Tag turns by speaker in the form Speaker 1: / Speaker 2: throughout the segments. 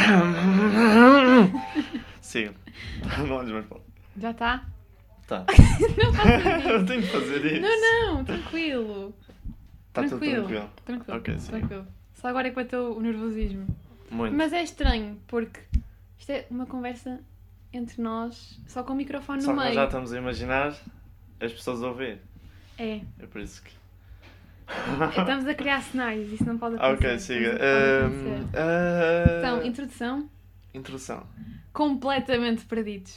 Speaker 1: Sim. Não olhe mais pra lá.
Speaker 2: Já tá?
Speaker 1: Tá.
Speaker 2: Não faço
Speaker 1: Eu tenho que fazer
Speaker 2: isso.
Speaker 1: isso.
Speaker 2: Não, não, tranquilo.
Speaker 1: Tá tudo
Speaker 2: tranquilo.
Speaker 1: tranquilo.
Speaker 2: Tranquilo.
Speaker 1: Ok, sim.
Speaker 2: tranquilo. Só agora é que bateu o nervosismo.
Speaker 1: Muito.
Speaker 2: Mas é estranho, porque isto é uma conversa entre nós, só com o microfone
Speaker 1: Só
Speaker 2: no
Speaker 1: que nós
Speaker 2: meio.
Speaker 1: já estamos a imaginar as pessoas a ouvir.
Speaker 2: É.
Speaker 1: É por isso que.
Speaker 2: Estamos a criar cenários, isso não pode acontecer.
Speaker 1: ok, siga. Ehm,
Speaker 2: Isso não pode
Speaker 1: Ahm,
Speaker 2: acontecer.
Speaker 1: ah,
Speaker 2: Então, introdução,
Speaker 1: Introdução.
Speaker 2: completamente perdidos,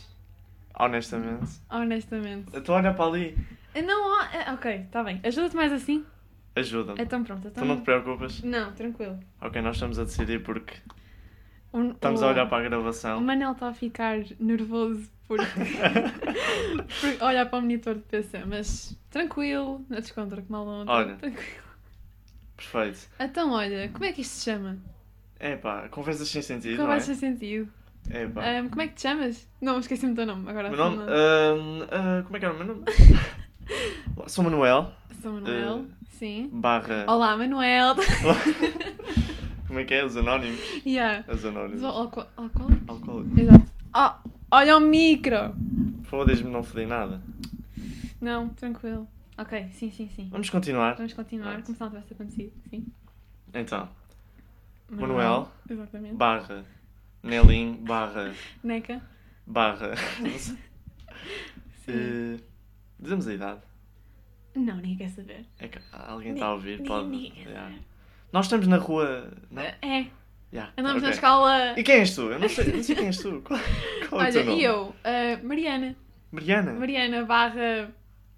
Speaker 1: Honestamente.
Speaker 2: honestamente.
Speaker 1: Tu olha para ali.
Speaker 2: Eu Não há. ah, Ok, está bem. Ajuda-te mais assim?
Speaker 1: Ajuda-me.
Speaker 2: Então pronto, então.
Speaker 1: Tu não te preocupas?
Speaker 2: Não, tranquilo.
Speaker 1: Ok, nós estamos a decidir porque
Speaker 2: O-
Speaker 1: estamos
Speaker 2: o-
Speaker 1: a olhar para a
Speaker 2: O
Speaker 1: gravação.
Speaker 2: Manel está a ficar nervoso por, por olhar para o monitor de PC, mas tranquilo, não descontra que mal não.
Speaker 1: Olha.
Speaker 2: Tranquilo.
Speaker 1: Perfeito.
Speaker 2: Então, olha, como é que isto se chama?
Speaker 1: É pá, conversas sem sentido,
Speaker 2: Como
Speaker 1: não é?
Speaker 2: vais ter sentido?
Speaker 1: É pá.
Speaker 2: Ahm, como é que te chamas? Não, esqueci-me do teu nome agora.
Speaker 1: Meu
Speaker 2: sou
Speaker 1: nome.
Speaker 2: uma-
Speaker 1: ah, ah, como é que era o meu nome? Sou Manuel.
Speaker 2: Sou Manuel,
Speaker 1: eh,
Speaker 2: sim.
Speaker 1: Barra.
Speaker 2: Olá, Manuel!
Speaker 1: Como é que é? Os anónimos?
Speaker 2: yeah.
Speaker 1: Os anónimos.
Speaker 2: Sou alco- alcoólico?
Speaker 1: Alcoólico.
Speaker 2: Exato. Oh, olha o micro!
Speaker 1: Fodas-me, não fodi nada.
Speaker 2: Não, tranquilo. Ok, sim, sim, sim.
Speaker 1: Vamos continuar.
Speaker 2: Vamos continuar,
Speaker 1: Pronto.
Speaker 2: como se não tivesse acontecido, sim.
Speaker 1: Então, Manuel.
Speaker 2: Exatamente.
Speaker 1: barra. Nelim, barra.
Speaker 2: Neca.
Speaker 1: Barra. Não sei.
Speaker 2: Sim.
Speaker 1: Eh, dizemos a idade. Eh,
Speaker 2: Não, ninguém quer saber.
Speaker 1: É que alguém está a ouvir,
Speaker 2: Ninguém-
Speaker 1: pode.
Speaker 2: ninguém quer
Speaker 1: Yeah.
Speaker 2: saber.
Speaker 1: Nós estamos na rua. Não?
Speaker 2: É,
Speaker 1: Yeah,
Speaker 2: andamos na
Speaker 1: ok.
Speaker 2: escola.
Speaker 1: E quem és tu? Eu não sei, não sei quem és tu. Qual, qual é o
Speaker 2: Olha,
Speaker 1: teu nome?
Speaker 2: e eu, uh, Mariana.
Speaker 1: Mariana.
Speaker 2: Mariana barra.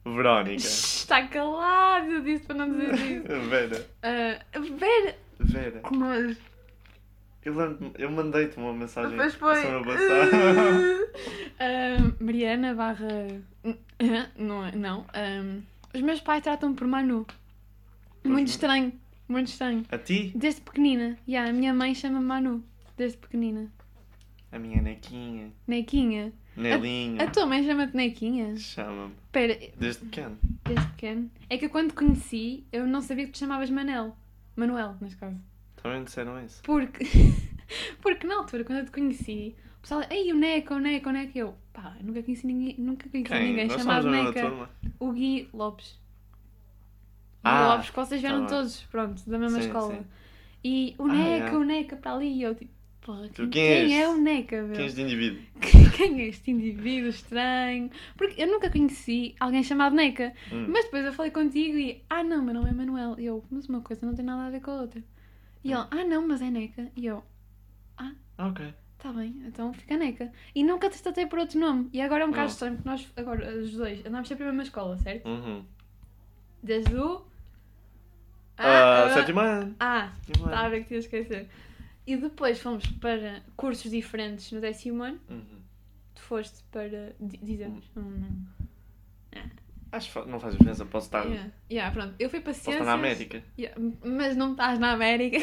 Speaker 1: Verónica.
Speaker 2: Está calado, eu disse para não dizer isso.
Speaker 1: Vera.
Speaker 2: Uh, Vera.
Speaker 1: Vera.
Speaker 2: Que nojo.
Speaker 1: Eu, lembro- eu mandei-te uma mensagem
Speaker 2: Depois foi.
Speaker 1: semana passada.
Speaker 2: Uh, Mariana barra. Não, é- não. um, os meus pais tratam-me por Manu. Muito
Speaker 1: meus-
Speaker 2: estranho. Muito estranho.
Speaker 1: A ti?
Speaker 2: Desde pequenina. Yeah, a minha mãe chama-me Manu. Desde pequenina.
Speaker 1: A minha Nequinha.
Speaker 2: Nequinha.
Speaker 1: Nelinha.
Speaker 2: A tua mãe chama-te Nequinha?
Speaker 1: Chama-me.
Speaker 2: Espera,
Speaker 1: Desde pequeno.
Speaker 2: desde pequeno. É que eu quando te conheci, eu não sabia que te chamavas Manel. Manuel, neste caso.
Speaker 1: Também disseram isso.
Speaker 2: Porque, porque na altura, quando eu te conheci, o pessoal ei, o Neca, o Neca, o Neca. E eu, pá, nunca conheci ninguém, nunca conheci ninguém
Speaker 1: Nós estamos
Speaker 2: chamado
Speaker 1: na mesma
Speaker 2: Neca.
Speaker 1: turma.
Speaker 2: O Gui Lopes. O Gui
Speaker 1: Ah,
Speaker 2: Lopes, que vocês
Speaker 1: tá
Speaker 2: vieram
Speaker 1: bem.
Speaker 2: todos, pronto, da mesma
Speaker 1: Sim,
Speaker 2: escola.
Speaker 1: sim.
Speaker 2: E o
Speaker 1: Ah,
Speaker 2: Neca,
Speaker 1: é.
Speaker 2: o Neca para ali. E eu, tipo, porra,
Speaker 1: Tu
Speaker 2: quem,
Speaker 1: quem és?
Speaker 2: quem é o Neca, meu?
Speaker 1: Quem és de indivíduo?
Speaker 2: Quem é este indivíduo estranho? Porque eu nunca conheci alguém chamado Neca.
Speaker 1: Hum.
Speaker 2: Mas depois eu falei contigo e, ah não, meu nome é Manuel. E eu, mas uma coisa não tem nada a ver com a outra. E
Speaker 1: Hum.
Speaker 2: ele, ah não, mas é Neca. E eu,
Speaker 1: Ok.
Speaker 2: tá bem, então fica Neca. E nunca te tratei por outro nome. E agora é um bocado
Speaker 1: Oh.
Speaker 2: estranho, porque nós, agora, os dois, andámos sempre na mesma escola, certo?
Speaker 1: Uhum.
Speaker 2: Desde o.
Speaker 1: Ah,
Speaker 2: ah,
Speaker 1: sétimo ano.
Speaker 2: ah,
Speaker 1: Sétimo
Speaker 2: estava a
Speaker 1: ano.
Speaker 2: ver que tinha esquecido. E depois fomos para cursos diferentes no décimo ano.
Speaker 1: Uhum.
Speaker 2: Tu foste para. di- Dizemos. Hum.
Speaker 1: Acho que fa- não faz diferença. Posso estar,
Speaker 2: Yeah. Yeah, pronto. Eu fui para
Speaker 1: posso
Speaker 2: ciências.
Speaker 1: estar na América.
Speaker 2: Yeah, Mas não estás na América.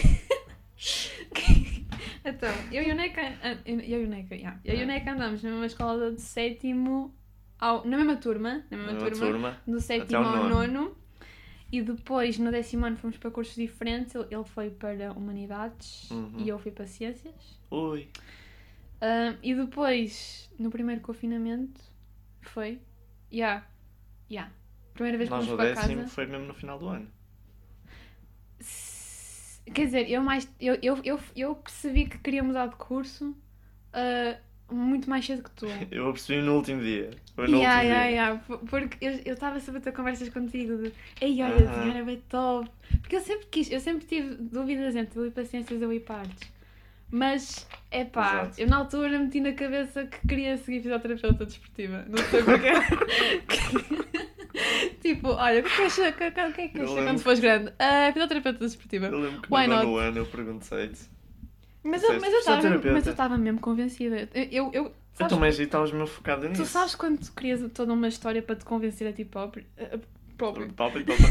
Speaker 2: então, eu e o Neca. an- Eu e o Neca, yeah. Eu
Speaker 1: Ah.
Speaker 2: e o Neca andamos na mesma escola do sétimo. Ao, na mesma turma. Na mesma
Speaker 1: Na mesma
Speaker 2: turma.
Speaker 1: turma.
Speaker 2: Do sétimo
Speaker 1: ao
Speaker 2: ao
Speaker 1: nono.
Speaker 2: nono. E depois, no décimo ano, fomos para cursos diferentes. Ele ele foi para Humanidades
Speaker 1: Uhum.
Speaker 2: e eu fui para Ciências.
Speaker 1: Ui.
Speaker 2: Ahm, e depois, no primeiro confinamento, foi. Yeah. Yeah. Primeira vez que
Speaker 1: Nós
Speaker 2: fomos
Speaker 1: no
Speaker 2: para casa.
Speaker 1: décimo foi mesmo no final do ano.
Speaker 2: S- Quer dizer, eu mais. Eu, eu, eu, eu percebi que queria mudar de curso ah, muito mais cedo que tu.
Speaker 1: Eu apercebi no último dia. Foi no
Speaker 2: Yeah,
Speaker 1: último
Speaker 2: yeah,
Speaker 1: dia.
Speaker 2: yeah. Por- Porque eu eu estava sempre a ter conversas contigo de Ei, olha,
Speaker 1: Aham.
Speaker 2: desenhar é bem top. Porque eu sempre quis, eu sempre tive dúvidas entre eu ir para ciências ou ir para artes. Mas, é pá,
Speaker 1: Exato.
Speaker 2: eu na altura meti na cabeça que queria seguir fisioterapeuta desportiva. Não sei porquê. tipo, olha, o que é que achas- o que é que achas
Speaker 1: Eu
Speaker 2: quando
Speaker 1: lembro.
Speaker 2: fores grande? Ah, fisioterapeuta desportiva.
Speaker 1: Eu lembro que
Speaker 2: Why
Speaker 1: no
Speaker 2: not?
Speaker 1: nono ano eu perguntei-te.
Speaker 2: Mas eu,
Speaker 1: Disseste,
Speaker 2: mas eu
Speaker 1: "Sou
Speaker 2: estava, mas
Speaker 1: terapeuta." Então
Speaker 2: eu estava mesmo convencida. Eu, eu, eu-
Speaker 1: Eu
Speaker 2: sabes,
Speaker 1: também já estavas mesmo focada nisso.
Speaker 2: tu sabes quando tu crias toda uma história para te convencer a ti próprio? a- a- próprio.
Speaker 1: Palpa, palpa.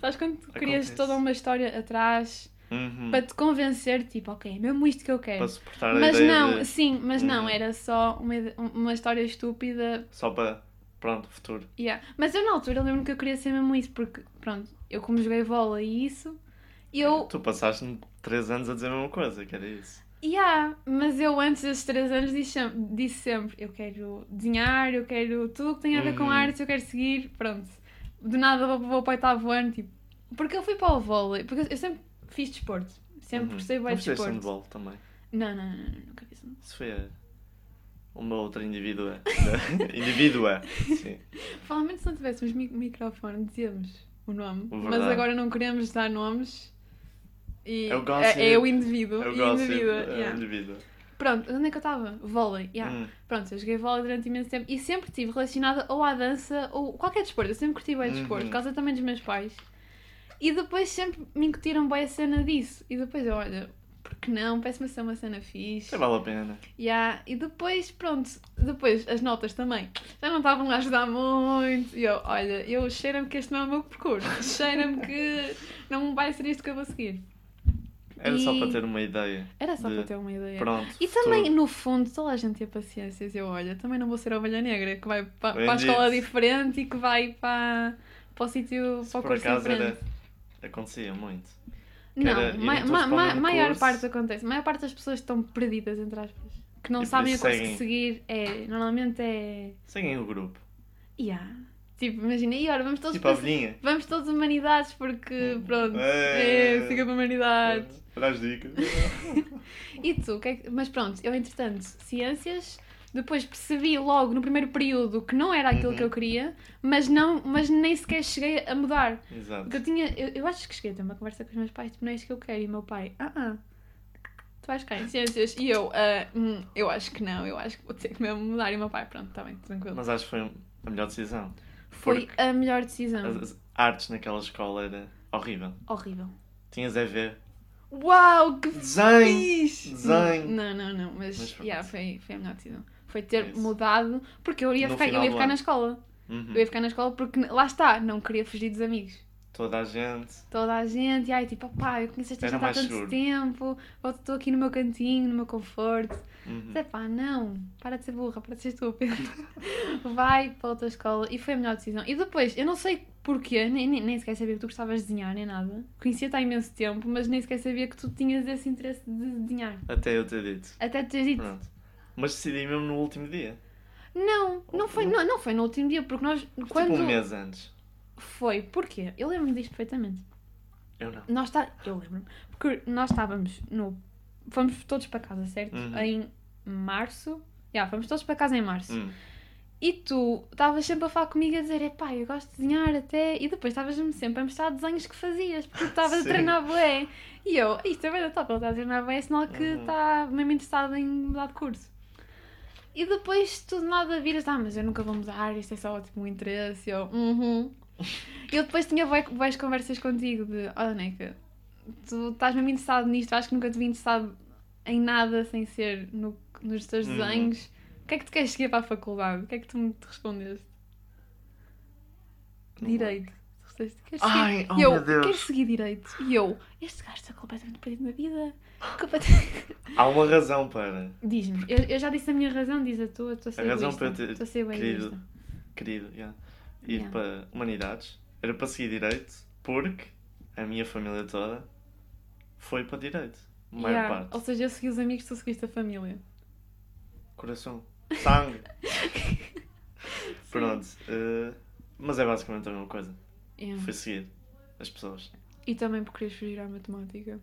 Speaker 2: Sabes quando tu crias
Speaker 1: Acontece.
Speaker 2: toda uma história atrás
Speaker 1: Uhum.
Speaker 2: para te convencer, tipo, ok, é mesmo isto que eu quero.
Speaker 1: Para suportar a
Speaker 2: Mas
Speaker 1: ideia
Speaker 2: não,
Speaker 1: de-
Speaker 2: sim, mas não,
Speaker 1: Uhum.
Speaker 2: era só uma, ide- um, uma história estúpida.
Speaker 1: Só para... Pronto, futuro.
Speaker 2: Yeah. Mas eu na altura lembro-me que eu queria ser mesmo isso, porque, pronto, eu como joguei bola e isso, eu
Speaker 1: Tu passaste-me 3 anos a dizer a mesma coisa, que era isso.
Speaker 2: Yeah, mas eu antes dos 3 anos disse, sem- disse sempre: eu quero desenhar, eu quero tudo o que tem a ver com
Speaker 1: Hum.
Speaker 2: artes, eu quero seguir. Pronto, do nada vou, vou para o oitavo ano, tipo. Porque eu fui para o vôlei, porque eu sempre fiz desporto, sempre gostei
Speaker 1: Uhum. Não
Speaker 2: bem de
Speaker 1: precisei de
Speaker 2: desporto.
Speaker 1: handball também.
Speaker 2: Não, não, não, não, nunca fiz handball.
Speaker 1: Isso foi a... uma outra indivídua. indivídua, é. sim.
Speaker 2: Provavelmente se não tivéssemos mi- microfone, dizíamos o nome, mas
Speaker 1: Verdade.
Speaker 2: agora não queremos dar nomes. E
Speaker 1: É o gossip.
Speaker 2: é, é o indivíduo.
Speaker 1: Eu
Speaker 2: e
Speaker 1: gosto de
Speaker 2: indivídua,
Speaker 1: é,
Speaker 2: yeah.
Speaker 1: indivídua.
Speaker 2: Pronto, onde é que eu estava? Vôlei, yeah.
Speaker 1: Hum,
Speaker 2: Pronto, eu joguei vôlei durante imenso tempo e sempre estive relacionada ou à dança ou qualquer desporto. Eu sempre curti bem de desporto,
Speaker 1: Uhum.
Speaker 2: por causa também dos meus pais. E depois sempre me incutiram bem a cena disso. E depois eu, olha, por que não? Parece-me ser uma cena fixe.
Speaker 1: isso vale a pena.
Speaker 2: Yeah. E depois, pronto, depois as notas também já não estavam a ajudar muito. E eu, olha, eu cheira-me que este não é o meu percurso. Cheira-me que não vai ser isto que eu vou seguir.
Speaker 1: Era só
Speaker 2: E-
Speaker 1: para ter uma ideia.
Speaker 2: Era só
Speaker 1: De-
Speaker 2: para ter uma ideia.
Speaker 1: Pronto.
Speaker 2: E
Speaker 1: futuro.
Speaker 2: também, no fundo, toda a gente tem paciência. Eu, olha, também não vou ser a ovelha negra, que vai pa- para, a
Speaker 1: Bendito.
Speaker 2: escola diferente e que vai para, para o sítio,
Speaker 1: Se
Speaker 2: para o
Speaker 1: por
Speaker 2: curso
Speaker 1: acaso
Speaker 2: diferente.
Speaker 1: era... acontecia muito. que era
Speaker 2: Não,
Speaker 1: irem
Speaker 2: ma-
Speaker 1: todos
Speaker 2: ma-
Speaker 1: para o
Speaker 2: ma-
Speaker 1: mesmo
Speaker 2: maior
Speaker 1: curso.
Speaker 2: parte acontece. A maior parte das pessoas estão perdidas, entre aspas. Que não
Speaker 1: E por
Speaker 2: sabem o
Speaker 1: isso
Speaker 2: curso que
Speaker 1: seguem.
Speaker 2: seguir. É, normalmente é...
Speaker 1: Seguem o grupo.
Speaker 2: Yeah. Tipo, imagina, e ora, vamos todos
Speaker 1: tipo a
Speaker 2: para-
Speaker 1: velhinha.
Speaker 2: Vamos todos humanidades porque,
Speaker 1: Hum.
Speaker 2: pronto,
Speaker 1: É.
Speaker 2: é, siga para humanidades.
Speaker 1: Para as dicas.
Speaker 2: E tu? o que é que- Mas pronto, eu entretanto, ciências, depois percebi logo no primeiro período que não era aquilo que
Speaker 1: Uhum.
Speaker 2: eu queria, mas, não, mas nem sequer cheguei a mudar.
Speaker 1: Exato.
Speaker 2: Porque eu tinha, eu, eu acho que cheguei a ter uma conversa com os meus pais, tipo, não é isto que eu quero, e o meu pai, ah, ah. Tu vais cá em ciências? E eu, ah, hum, eu acho que não, eu acho que vou ter que mesmo mudar. E o meu pai, pronto, está bem, tranquilo.
Speaker 1: Mas acho que foi a melhor decisão.
Speaker 2: Foi
Speaker 1: porque
Speaker 2: a melhor decisão.
Speaker 1: As as artes naquela escola era horrível.
Speaker 2: Horrível.
Speaker 1: Tinhas a ver.
Speaker 2: Uau, que
Speaker 1: Desenho!
Speaker 2: fixe!
Speaker 1: desenho.
Speaker 2: Não, não, não, mas,
Speaker 1: Mas pronto. É
Speaker 2: yeah, foi, foi a melhor decisão. Foi ter
Speaker 1: Isso.
Speaker 2: mudado, porque eu ia
Speaker 1: No
Speaker 2: ficar, eu
Speaker 1: final
Speaker 2: ia
Speaker 1: do
Speaker 2: ficar
Speaker 1: ano.
Speaker 2: na escola.
Speaker 1: Uhum.
Speaker 2: Eu ia ficar na escola porque, lá está, não queria fugir dos amigos.
Speaker 1: Toda a gente.
Speaker 2: Toda a gente, e ai, tipo, opá, eu conheço esta
Speaker 1: Era
Speaker 2: gente há
Speaker 1: mais
Speaker 2: tanto
Speaker 1: seguro.
Speaker 2: tempo, eu estou aqui no meu cantinho, no meu conforto.
Speaker 1: Uhum.
Speaker 2: Mas é pá, não, para de ser burra, para de ser estúpida. Vai para outra escola e foi a melhor decisão. E depois, eu não sei porquê, nem, nem, nem sequer sabia que tu gostavas de desenhar, nem nada. Conhecia-te há imenso tempo, mas nem sequer sabia que tu tinhas esse interesse de desenhar.
Speaker 1: Até eu ter dito.
Speaker 2: Até teres dito,
Speaker 1: Pronto. Mas decidi mesmo no último dia. Tipo,
Speaker 2: não, não foi, não, não foi no último dia, porque nós, quando...
Speaker 1: Tipo um mês antes.
Speaker 2: Foi, porquê? Eu lembro-me disto perfeitamente.
Speaker 1: Eu não.
Speaker 2: Nós tá... Eu lembro-me. Porque nós estávamos no. Fomos todos para casa, certo?
Speaker 1: Uhum.
Speaker 2: Em março. Já, fomos todos para casa em março.
Speaker 1: Hum.
Speaker 2: E tu estavas sempre a falar comigo a dizer: epá, eu gosto de desenhar até. E depois estavas-me sempre a mostrar desenhos que fazias, porque tu estavas a
Speaker 1: Sim.
Speaker 2: treinar bué. E eu: isto é bem da top, ele está a treinar bué, é sinal que
Speaker 1: Uhum.
Speaker 2: está mesmo interessado em mudar de curso. E depois tu de nada viras: ah, mas eu nunca vou mudar, isto é só tipo um interesse. E eu: uhum. E eu depois tinha bué- bué as conversas contigo de: olha, Neca, tu estás mesmo interessado nisto, acho que nunca te vi interessado em nada sem ser no, nos teus
Speaker 1: Uhum.
Speaker 2: desenhos. O que é que tu queres seguir para a faculdade? O que é que tu me respondeste?
Speaker 1: Não
Speaker 2: Direito. Tu respondeste, queres seguir?
Speaker 1: Ai, oh
Speaker 2: E eu,
Speaker 1: meu Deus.
Speaker 2: queres seguir direito? E eu, este gajo está completamente perdido na vida. Completamente-
Speaker 1: Há uma razão para,
Speaker 2: Diz-me, eu, eu já disse a minha razão, diz a tua, estou a ser
Speaker 1: A razão
Speaker 2: egoísta.
Speaker 1: para eu ter
Speaker 2: Estou a ser
Speaker 1: querido.
Speaker 2: egoísta.
Speaker 1: querido, yeah, ir
Speaker 2: Yeah.
Speaker 1: para Humanidades. Era para seguir Direito, porque a minha família toda foi para Direito. A maior
Speaker 2: Yeah,
Speaker 1: parte.
Speaker 2: Ou seja, eu segui os amigos, tu seguiste a família.
Speaker 1: Coração. Sangue. Pronto. eh, mas é basicamente a mesma coisa.
Speaker 2: Yeah.
Speaker 1: Foi seguir as pessoas.
Speaker 2: E também porque querias fugir à matemática.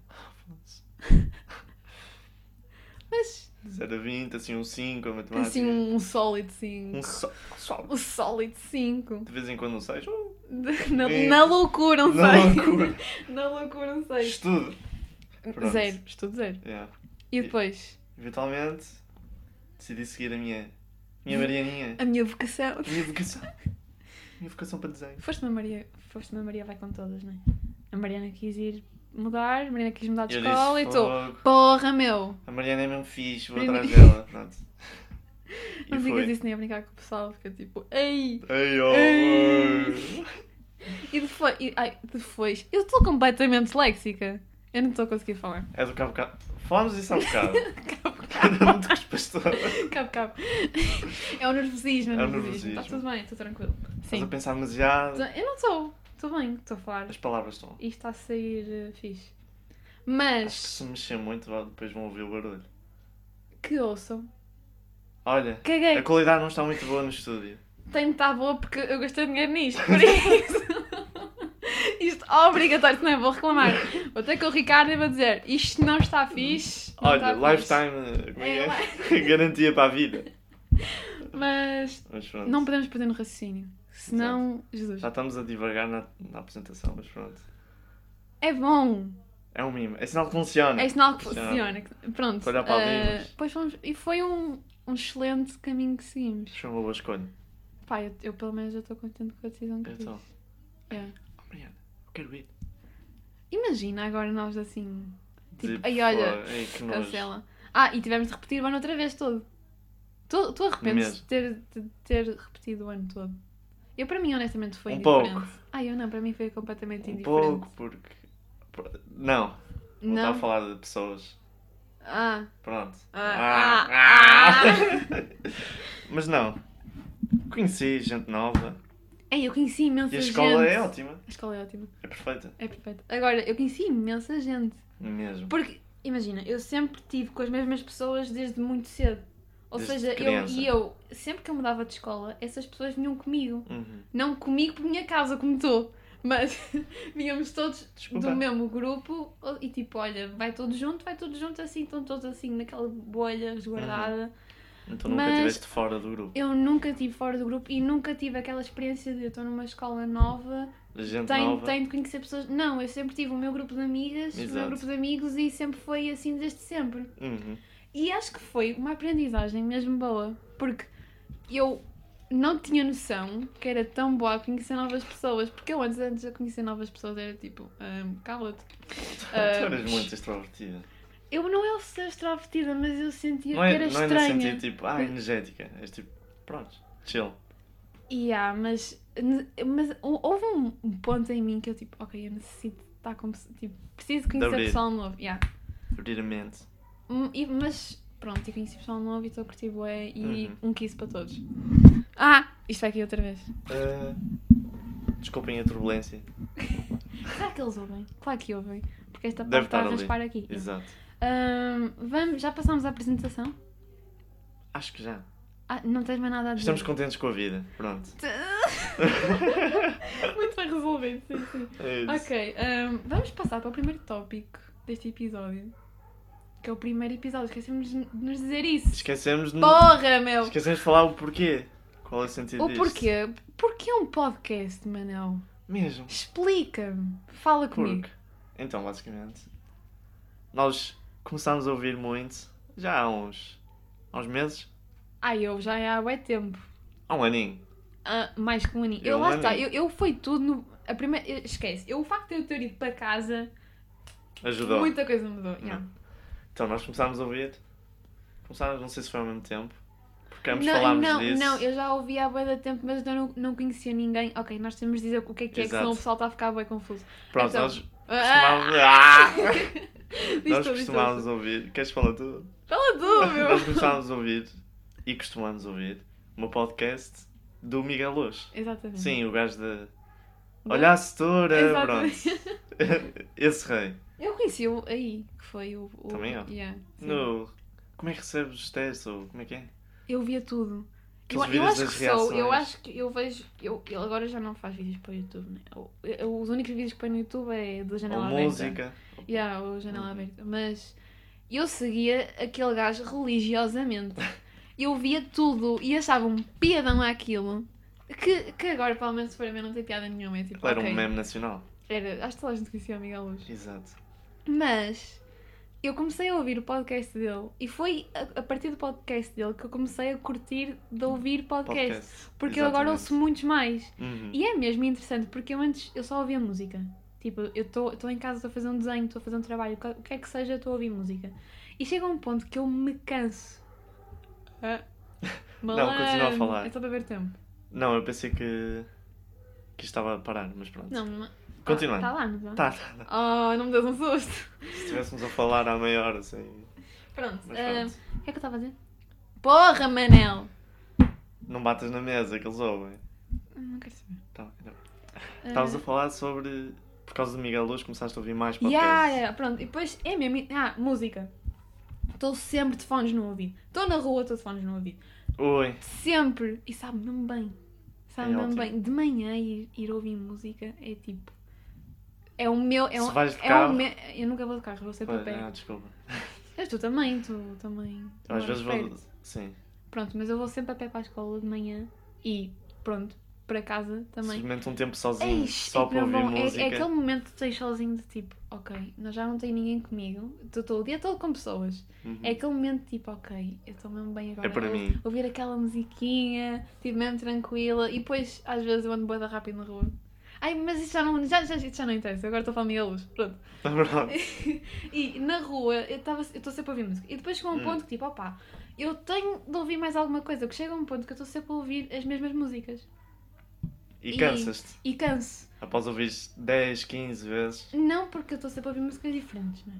Speaker 2: Mas,
Speaker 1: Se era 20, assim um 5, a matemática.
Speaker 2: assim, um sólido 5.
Speaker 1: Um só. só.
Speaker 2: O sólido 5.
Speaker 1: De vez em quando um 6. Uh,
Speaker 2: Na,
Speaker 1: É.
Speaker 2: na loucura, não
Speaker 1: na
Speaker 2: sei.
Speaker 1: loucura.
Speaker 2: Na loucura, um não sei.
Speaker 1: Estudo. Pronto.
Speaker 2: Zero, estudo zero.
Speaker 1: Yeah.
Speaker 2: E depois,
Speaker 1: Eventualmente, decidi seguir a minha, minha Marianinha.
Speaker 2: a minha vocação.
Speaker 1: A minha vocação. minha vocação para desenho.
Speaker 2: Foste uma Maria, foste uma Maria vai com todas, não é? A Mariana quis ir mudar, a Mariana quis mudar de escola e tu,
Speaker 1: "Fogo,
Speaker 2: porra meu!
Speaker 1: A Mariana é mesmo fixe, vou
Speaker 2: Primeiro-
Speaker 1: atrás dela. Pronto. E
Speaker 2: Não digas
Speaker 1: foi.
Speaker 2: isso nem a brincar com o pessoal, fica tipo, ei!
Speaker 1: Ei, oh,
Speaker 2: Ei.
Speaker 1: ei.
Speaker 2: E depois, e- ai, depois, eu estou completamente disléxica. Eu não estou a conseguir falar. Tá um
Speaker 1: É do cabo cabo. Falámos disso há Tá um bocado.
Speaker 2: Cabo,
Speaker 1: Não te respeitou.
Speaker 2: cabo, cabo. Tá um É o nervosismo, é o
Speaker 1: É o
Speaker 2: nervosismo.
Speaker 1: nervosismo.
Speaker 2: Está tudo bem, estou tranquilo.
Speaker 1: Estás a
Speaker 2: Sim.
Speaker 1: pensar demasiado.
Speaker 2: Eu não estou, estou bem, estou a falar.
Speaker 1: As palavras estão.
Speaker 2: Isto está a sair eh, fixe.
Speaker 1: Acho que
Speaker 2: Mas.
Speaker 1: se mexer muito, vá, depois vão ouvir o barulho.
Speaker 2: que ouçam.
Speaker 1: Olha,
Speaker 2: Caguei.
Speaker 1: a qualidade não está muito boa no estúdio.
Speaker 2: Tem de estar boa porque eu gastei dinheiro nisto. Por isso. Isto é obrigatório, senão eu vou reclamar. Vou ter com o Ricardo e vou dizer: isto não está fixe. não
Speaker 1: Olha,
Speaker 2: está fixe."
Speaker 1: lifetime, eh, como
Speaker 2: É,
Speaker 1: é que é? garantia para a vida.
Speaker 2: Mas
Speaker 1: Mas pronto,
Speaker 2: não podemos perder no raciocínio. Senão, Jesus.
Speaker 1: já estamos a divagar na, na apresentação, mas pronto.
Speaker 2: É bom.
Speaker 1: É um mimo, é sinal que funciona.
Speaker 2: É sinal que
Speaker 1: Funciona.
Speaker 2: funciona. Pronto.
Speaker 1: Olhar para alguém,
Speaker 2: eh,
Speaker 1: mas-
Speaker 2: pois vamos- E foi um, um excelente caminho que seguimos.
Speaker 1: Foi uma boa escolha. Então,
Speaker 2: Pá, eu, eu pelo menos eu estou contente com a decisão que
Speaker 1: Eu
Speaker 2: eu
Speaker 1: estou.
Speaker 2: fiz. É.
Speaker 1: Oh, Mariana, eu quero ir.
Speaker 2: Imagina agora nós assim. Tipo,
Speaker 1: Tipo,
Speaker 2: ai, olha,
Speaker 1: pô, ei, que nojo.
Speaker 2: Cancela. Ah, e tivemos de repetir o ano outra vez todo. Tu, tu arrependes de ter, de ter repetido o ano todo? Eu, para mim, honestamente, foi
Speaker 1: Um
Speaker 2: indiferente.
Speaker 1: pouco.
Speaker 2: Ah, eu não, para mim foi completamente
Speaker 1: Um
Speaker 2: indiferente.
Speaker 1: pouco, porque. por- Não, não
Speaker 2: Não.
Speaker 1: estava a falar de pessoas.
Speaker 2: Ah,
Speaker 1: Pronto.
Speaker 2: Ah, ah,
Speaker 1: ah. Mas não. Conheci gente nova.
Speaker 2: ei, eu conheci imensa
Speaker 1: E a
Speaker 2: gente.
Speaker 1: escola é ótima.
Speaker 2: A escola é ótima.
Speaker 1: É perfeita. É
Speaker 2: É perfeito. Agora, eu conheci imensa gente.
Speaker 1: Mesmo.
Speaker 2: Porque, imagina, eu sempre tive com as mesmas pessoas desde muito cedo. Ou
Speaker 1: Desde
Speaker 2: seja, eu,
Speaker 1: criança.
Speaker 2: e eu, sempre que eu mudava de escola, essas pessoas vinham comigo.
Speaker 1: Uhum.
Speaker 2: Não comigo por minha casa, como estou. Mas vínhamos todos
Speaker 1: Desculpa.
Speaker 2: do mesmo grupo e tipo, olha, vai todo junto, vai todo junto assim, estão todos assim naquela bolha resguardada.
Speaker 1: Então nunca
Speaker 2: Mas-
Speaker 1: estiveste fora do grupo.
Speaker 2: Eu nunca estive fora do grupo e nunca tive aquela experiência de eu estou numa escola nova
Speaker 1: Gente
Speaker 2: tenho,
Speaker 1: nova.
Speaker 2: tenho de conhecer pessoas. Não, eu sempre tive o meu grupo de amigas, o
Speaker 1: Exato.
Speaker 2: meu grupo de amigos e sempre foi assim desde sempre.
Speaker 1: Uhum.
Speaker 2: E acho que foi uma aprendizagem mesmo boa, porque eu não tinha noção que era tão boa a conhecer novas pessoas, porque eu antes, antes de conhecer novas pessoas era tipo, "Ahm, cala-te.
Speaker 1: tu
Speaker 2: Ah,
Speaker 1: eras muito extrovertida.
Speaker 2: Eu não era ser extrovertida, mas eu sentia
Speaker 1: Não
Speaker 2: que
Speaker 1: é,
Speaker 2: era
Speaker 1: não é no
Speaker 2: estranha.
Speaker 1: sentido tipo, ah, energética. És tipo, pronto, chill.
Speaker 2: E há, mas, mas hou- houve um, um ponto em mim que eu tipo, ok, eu necessito de estar com pessoas, tipo, preciso de conhecer
Speaker 1: abrir.
Speaker 2: pessoal novo. Yeah.
Speaker 1: Abrir a mente.
Speaker 2: Hum, e- mas pronto, eu conheci pessoal novo e estou a curtir bué e
Speaker 1: Uhum.
Speaker 2: um kiss para todos. Ah, isto vai aqui outra vez.
Speaker 1: Ah, desculpem a turbulência.
Speaker 2: Será que eles ouvem? Claro que ouvem, porque esta parte
Speaker 1: Deve
Speaker 2: está a
Speaker 1: estar ali.
Speaker 2: raspar aqui.
Speaker 1: Exato.
Speaker 2: Hum, vamos, já passámos à apresentação?
Speaker 1: Acho que já.
Speaker 2: Ah, não tens mais nada a dizer.
Speaker 1: Estamos contentes com a vida. Pronto.
Speaker 2: Muito bem resolvido, sim, sim.
Speaker 1: É isso.
Speaker 2: Ok, hum, vamos passar para o primeiro tópico deste episódio. Que é o primeiro episódio, esquecemos de nos dizer isso.
Speaker 1: Esquecemos, de-
Speaker 2: Porra, meu!
Speaker 1: Esquecemos de falar o porquê. Qual é o sentido
Speaker 2: O
Speaker 1: disto?
Speaker 2: porquê? Porquê um podcast, Manel?
Speaker 1: Mesmo.
Speaker 2: Explica-me. Fala comigo.
Speaker 1: Porque, então, basicamente, nós começámos a ouvir muito já há uns, há uns meses,
Speaker 2: Ai, eu já é há bué tempo.
Speaker 1: há um aninho.
Speaker 2: Ah, mais que um aninho.
Speaker 1: Eu
Speaker 2: Eu, lá
Speaker 1: um
Speaker 2: está,
Speaker 1: aninho.
Speaker 2: eu, eu fui tudo no. A primeira, eu- esquece, eu, o facto de eu ter ido para casa,
Speaker 1: Ajudou.
Speaker 2: muita coisa mudou. yeah.
Speaker 1: Então, nós começámos a ouvir, começámos, não sei se foi ao mesmo tempo, porque ambos
Speaker 2: Não,
Speaker 1: falámos
Speaker 2: não,
Speaker 1: disso.
Speaker 2: não, eu já ouvi há bué de tempo, mas eu não, não conhecia ninguém. Ok, nós temos de dizer o que é que é, que
Speaker 1: Exato.
Speaker 2: senão o pessoal está a ficar bué confuso.
Speaker 1: Pronto,
Speaker 2: então,
Speaker 1: nós
Speaker 2: Ah!
Speaker 1: costumávamos, Ah!
Speaker 2: Diz
Speaker 1: nós
Speaker 2: tu, diz tu,
Speaker 1: costumávamos
Speaker 2: diz tu.
Speaker 1: ouvir, queres falar tu?
Speaker 2: Fala tu, meu!
Speaker 1: nós costumávamos ouvir, e costumávamos ouvir, o meu podcast do Miguel Luz.
Speaker 2: Exatamente.
Speaker 1: Sim, o gajo de...
Speaker 2: Bom,
Speaker 1: Olha a setora, pronto.
Speaker 2: exatamente.
Speaker 1: Esse rei.
Speaker 2: Eu conheci-o aí, que foi o. o
Speaker 1: Também eu.
Speaker 2: yeah, sim.
Speaker 1: No. Como é que recebes os testes? Ou como é que é?
Speaker 2: Eu via tudo. Eu,
Speaker 1: Aqueles
Speaker 2: eu
Speaker 1: vídeos
Speaker 2: acho
Speaker 1: das
Speaker 2: que sou, eu
Speaker 1: reações.
Speaker 2: acho que eu vejo. Eu, ele agora já não faz vídeos para o YouTube, né? Eu- eu- os únicos vídeos que põe no YouTube é do
Speaker 1: ou
Speaker 2: Janela Aberta.
Speaker 1: música.
Speaker 2: Yeah, o Janela
Speaker 1: Uhum.
Speaker 2: Aberta. Mas eu seguia aquele gajo religiosamente. Eu via tudo e achava um piadão aquilo. Que, que agora, pelo menos, para mim, não tem piada nenhuma. É tipo,
Speaker 1: Ele Era
Speaker 2: ok.
Speaker 1: um meme nacional.
Speaker 2: Era, acho que toda a gente conhecia o Miguel Luz.
Speaker 1: Exato.
Speaker 2: Mas eu comecei a ouvir o podcast dele e foi a, a partir do podcast dele que eu comecei a curtir de ouvir podcast.
Speaker 1: Podcast.
Speaker 2: Porque eu agora ouço
Speaker 1: Exatamente.
Speaker 2: muitos mais.
Speaker 1: Uhum.
Speaker 2: E é mesmo interessante, porque eu antes eu só ouvia música. Tipo, eu estou em casa, estou a fazer um desenho, estou a fazer um trabalho, o que- o que é que seja, estou a ouvir música. E chega um ponto que eu me canso. Ah,
Speaker 1: continua a
Speaker 2: malandro,
Speaker 1: falar.
Speaker 2: É só para ver tempo.
Speaker 1: Não, eu pensei que. que estava a parar, mas pronto.
Speaker 2: Não, não.
Speaker 1: Continua.
Speaker 2: Está lá, não está?
Speaker 1: Tá, tá, tá.
Speaker 2: Oh, não me deu um susto.
Speaker 1: Se estivéssemos a falar à meia hora, assim.
Speaker 2: Pronto.
Speaker 1: Mas
Speaker 2: ah,
Speaker 1: pronto.
Speaker 2: O que é que eu estava a dizer? Porra, Manel!
Speaker 1: Não batas na mesa que eles ouvem.
Speaker 2: Não quero saber.
Speaker 1: Tá, não.
Speaker 2: Ah,
Speaker 1: Estavas a falar sobre. Por causa do Miguel Luz, começaste a ouvir mais
Speaker 2: Ah,
Speaker 1: podcasts.
Speaker 2: yeah, yeah, pronto. E depois é mesmo. Ah, música. Estou sempre de fones no ouvido. Estou na rua, estou de fones no ouvido.
Speaker 1: Oi.
Speaker 2: Sempre. E sabe mesmo bem. Sabe
Speaker 1: É
Speaker 2: mesmo
Speaker 1: ótimo.
Speaker 2: bem. De manhã ir, ir ouvir música é tipo. É o meu. É
Speaker 1: Se
Speaker 2: um,
Speaker 1: vais de
Speaker 2: é
Speaker 1: carro-
Speaker 2: O meu, eu nunca vou de carro, eu vou sempre a
Speaker 1: Pois,
Speaker 2: pé.
Speaker 1: ah, desculpa.
Speaker 2: Mas tu também, tu também.
Speaker 1: Eu às
Speaker 2: moras
Speaker 1: vezes vou.
Speaker 2: perto.
Speaker 1: Sim.
Speaker 2: Pronto, mas eu vou sempre a pé para a escola de manhã e pronto, para casa também.
Speaker 1: Simplesmente um tempo sozinho,
Speaker 2: Ei,
Speaker 1: só
Speaker 2: é mesmo
Speaker 1: para ouvir
Speaker 2: bom. É-
Speaker 1: música.
Speaker 2: É, aquele momento que tu estás sozinho de tipo, ok, nós já não tem ninguém comigo, tu estou o dia todo com pessoas.
Speaker 1: Uhum.
Speaker 2: É aquele momento tipo, ok, eu estou mesmo bem agora.
Speaker 1: É para
Speaker 2: Eu-
Speaker 1: mim.
Speaker 2: Ouvir aquela musiquinha, tipo mesmo tranquila, e depois às vezes eu ando boeda rápido na rua. Ai, mas isso já não, já, já, isso já não interessa, agora estou a falar minha luz, pronto.
Speaker 1: Na É verdade.
Speaker 2: E na rua, eu estava eu estou sempre a ouvir música. E depois chegou um
Speaker 1: Hum.
Speaker 2: ponto que tipo, opá, eu tenho de ouvir mais alguma coisa, que chega um ponto que eu estou sempre a ouvir as mesmas músicas.
Speaker 1: E
Speaker 2: E-
Speaker 1: cansas-te.
Speaker 2: E canso.
Speaker 1: Após ouvir 10, 15 vezes.
Speaker 2: Não porque eu estou sempre a ouvir músicas diferentes, não é?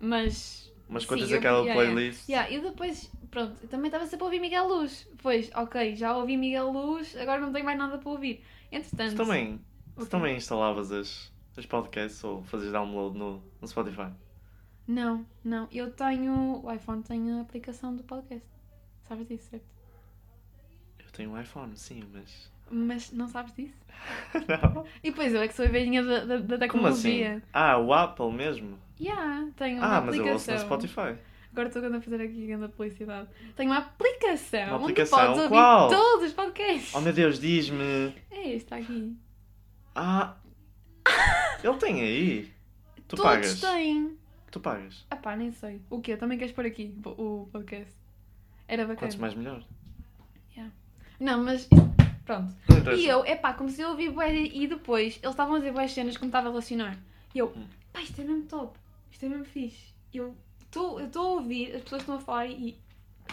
Speaker 2: Mas.
Speaker 1: Mas
Speaker 2: Sim,
Speaker 1: quando tens
Speaker 2: eu-
Speaker 1: aquela
Speaker 2: yeah, yeah.
Speaker 1: playlist.
Speaker 2: Yeah, e depois, pronto, eu também estava sempre a ouvir Miguel Luz. Pois, ok, já ouvi Miguel Luz, agora não tenho mais nada para ouvir. Entretanto.
Speaker 1: Tu também,
Speaker 2: o
Speaker 1: tu
Speaker 2: quê?
Speaker 1: também instalavas as, os podcasts ou fazias download no, no Spotify.
Speaker 2: Não, não. Eu tenho. O iPhone tem a aplicação do podcast. Sabes disso, certo?
Speaker 1: Eu tenho um iPhone, sim, mas.
Speaker 2: Mas não sabes disso?
Speaker 1: Não.
Speaker 2: E depois eu é que sou a velhinha da, da, da
Speaker 1: Como assim?
Speaker 2: tecnologia.
Speaker 1: Ah, o Apple mesmo?
Speaker 2: Yeah, tenho É uma
Speaker 1: ah, mas eu ouço
Speaker 2: aplicação.
Speaker 1: no Spotify.
Speaker 2: Agora estou a fazer aqui a publicidade. Tenho uma aplicação,
Speaker 1: Uma aplicação,
Speaker 2: onde podes ouvir
Speaker 1: qual?
Speaker 2: todos os podcasts.
Speaker 1: Oh meu Deus, diz-me.
Speaker 2: É este está aqui.
Speaker 1: Ah. Ele tem aí. Tu
Speaker 2: Todos
Speaker 1: pagas.
Speaker 2: têm.
Speaker 1: Tu pagas.
Speaker 2: Ah pá, nem sei. O quê? Também queres pôr aqui o o podcast? Era bacana.
Speaker 1: Quantos mais melhor.
Speaker 2: Não, mas... Pronto.
Speaker 1: Não interessa.
Speaker 2: E eu, é pá, comecei a ouvir bué e depois eles estavam a dizer boas cenas que me estava a relacionar. E eu,
Speaker 1: Hum.
Speaker 2: pá, isto é mesmo top. Isto é mesmo fixe. Eu estou eu estou a ouvir, as pessoas estão a falar e...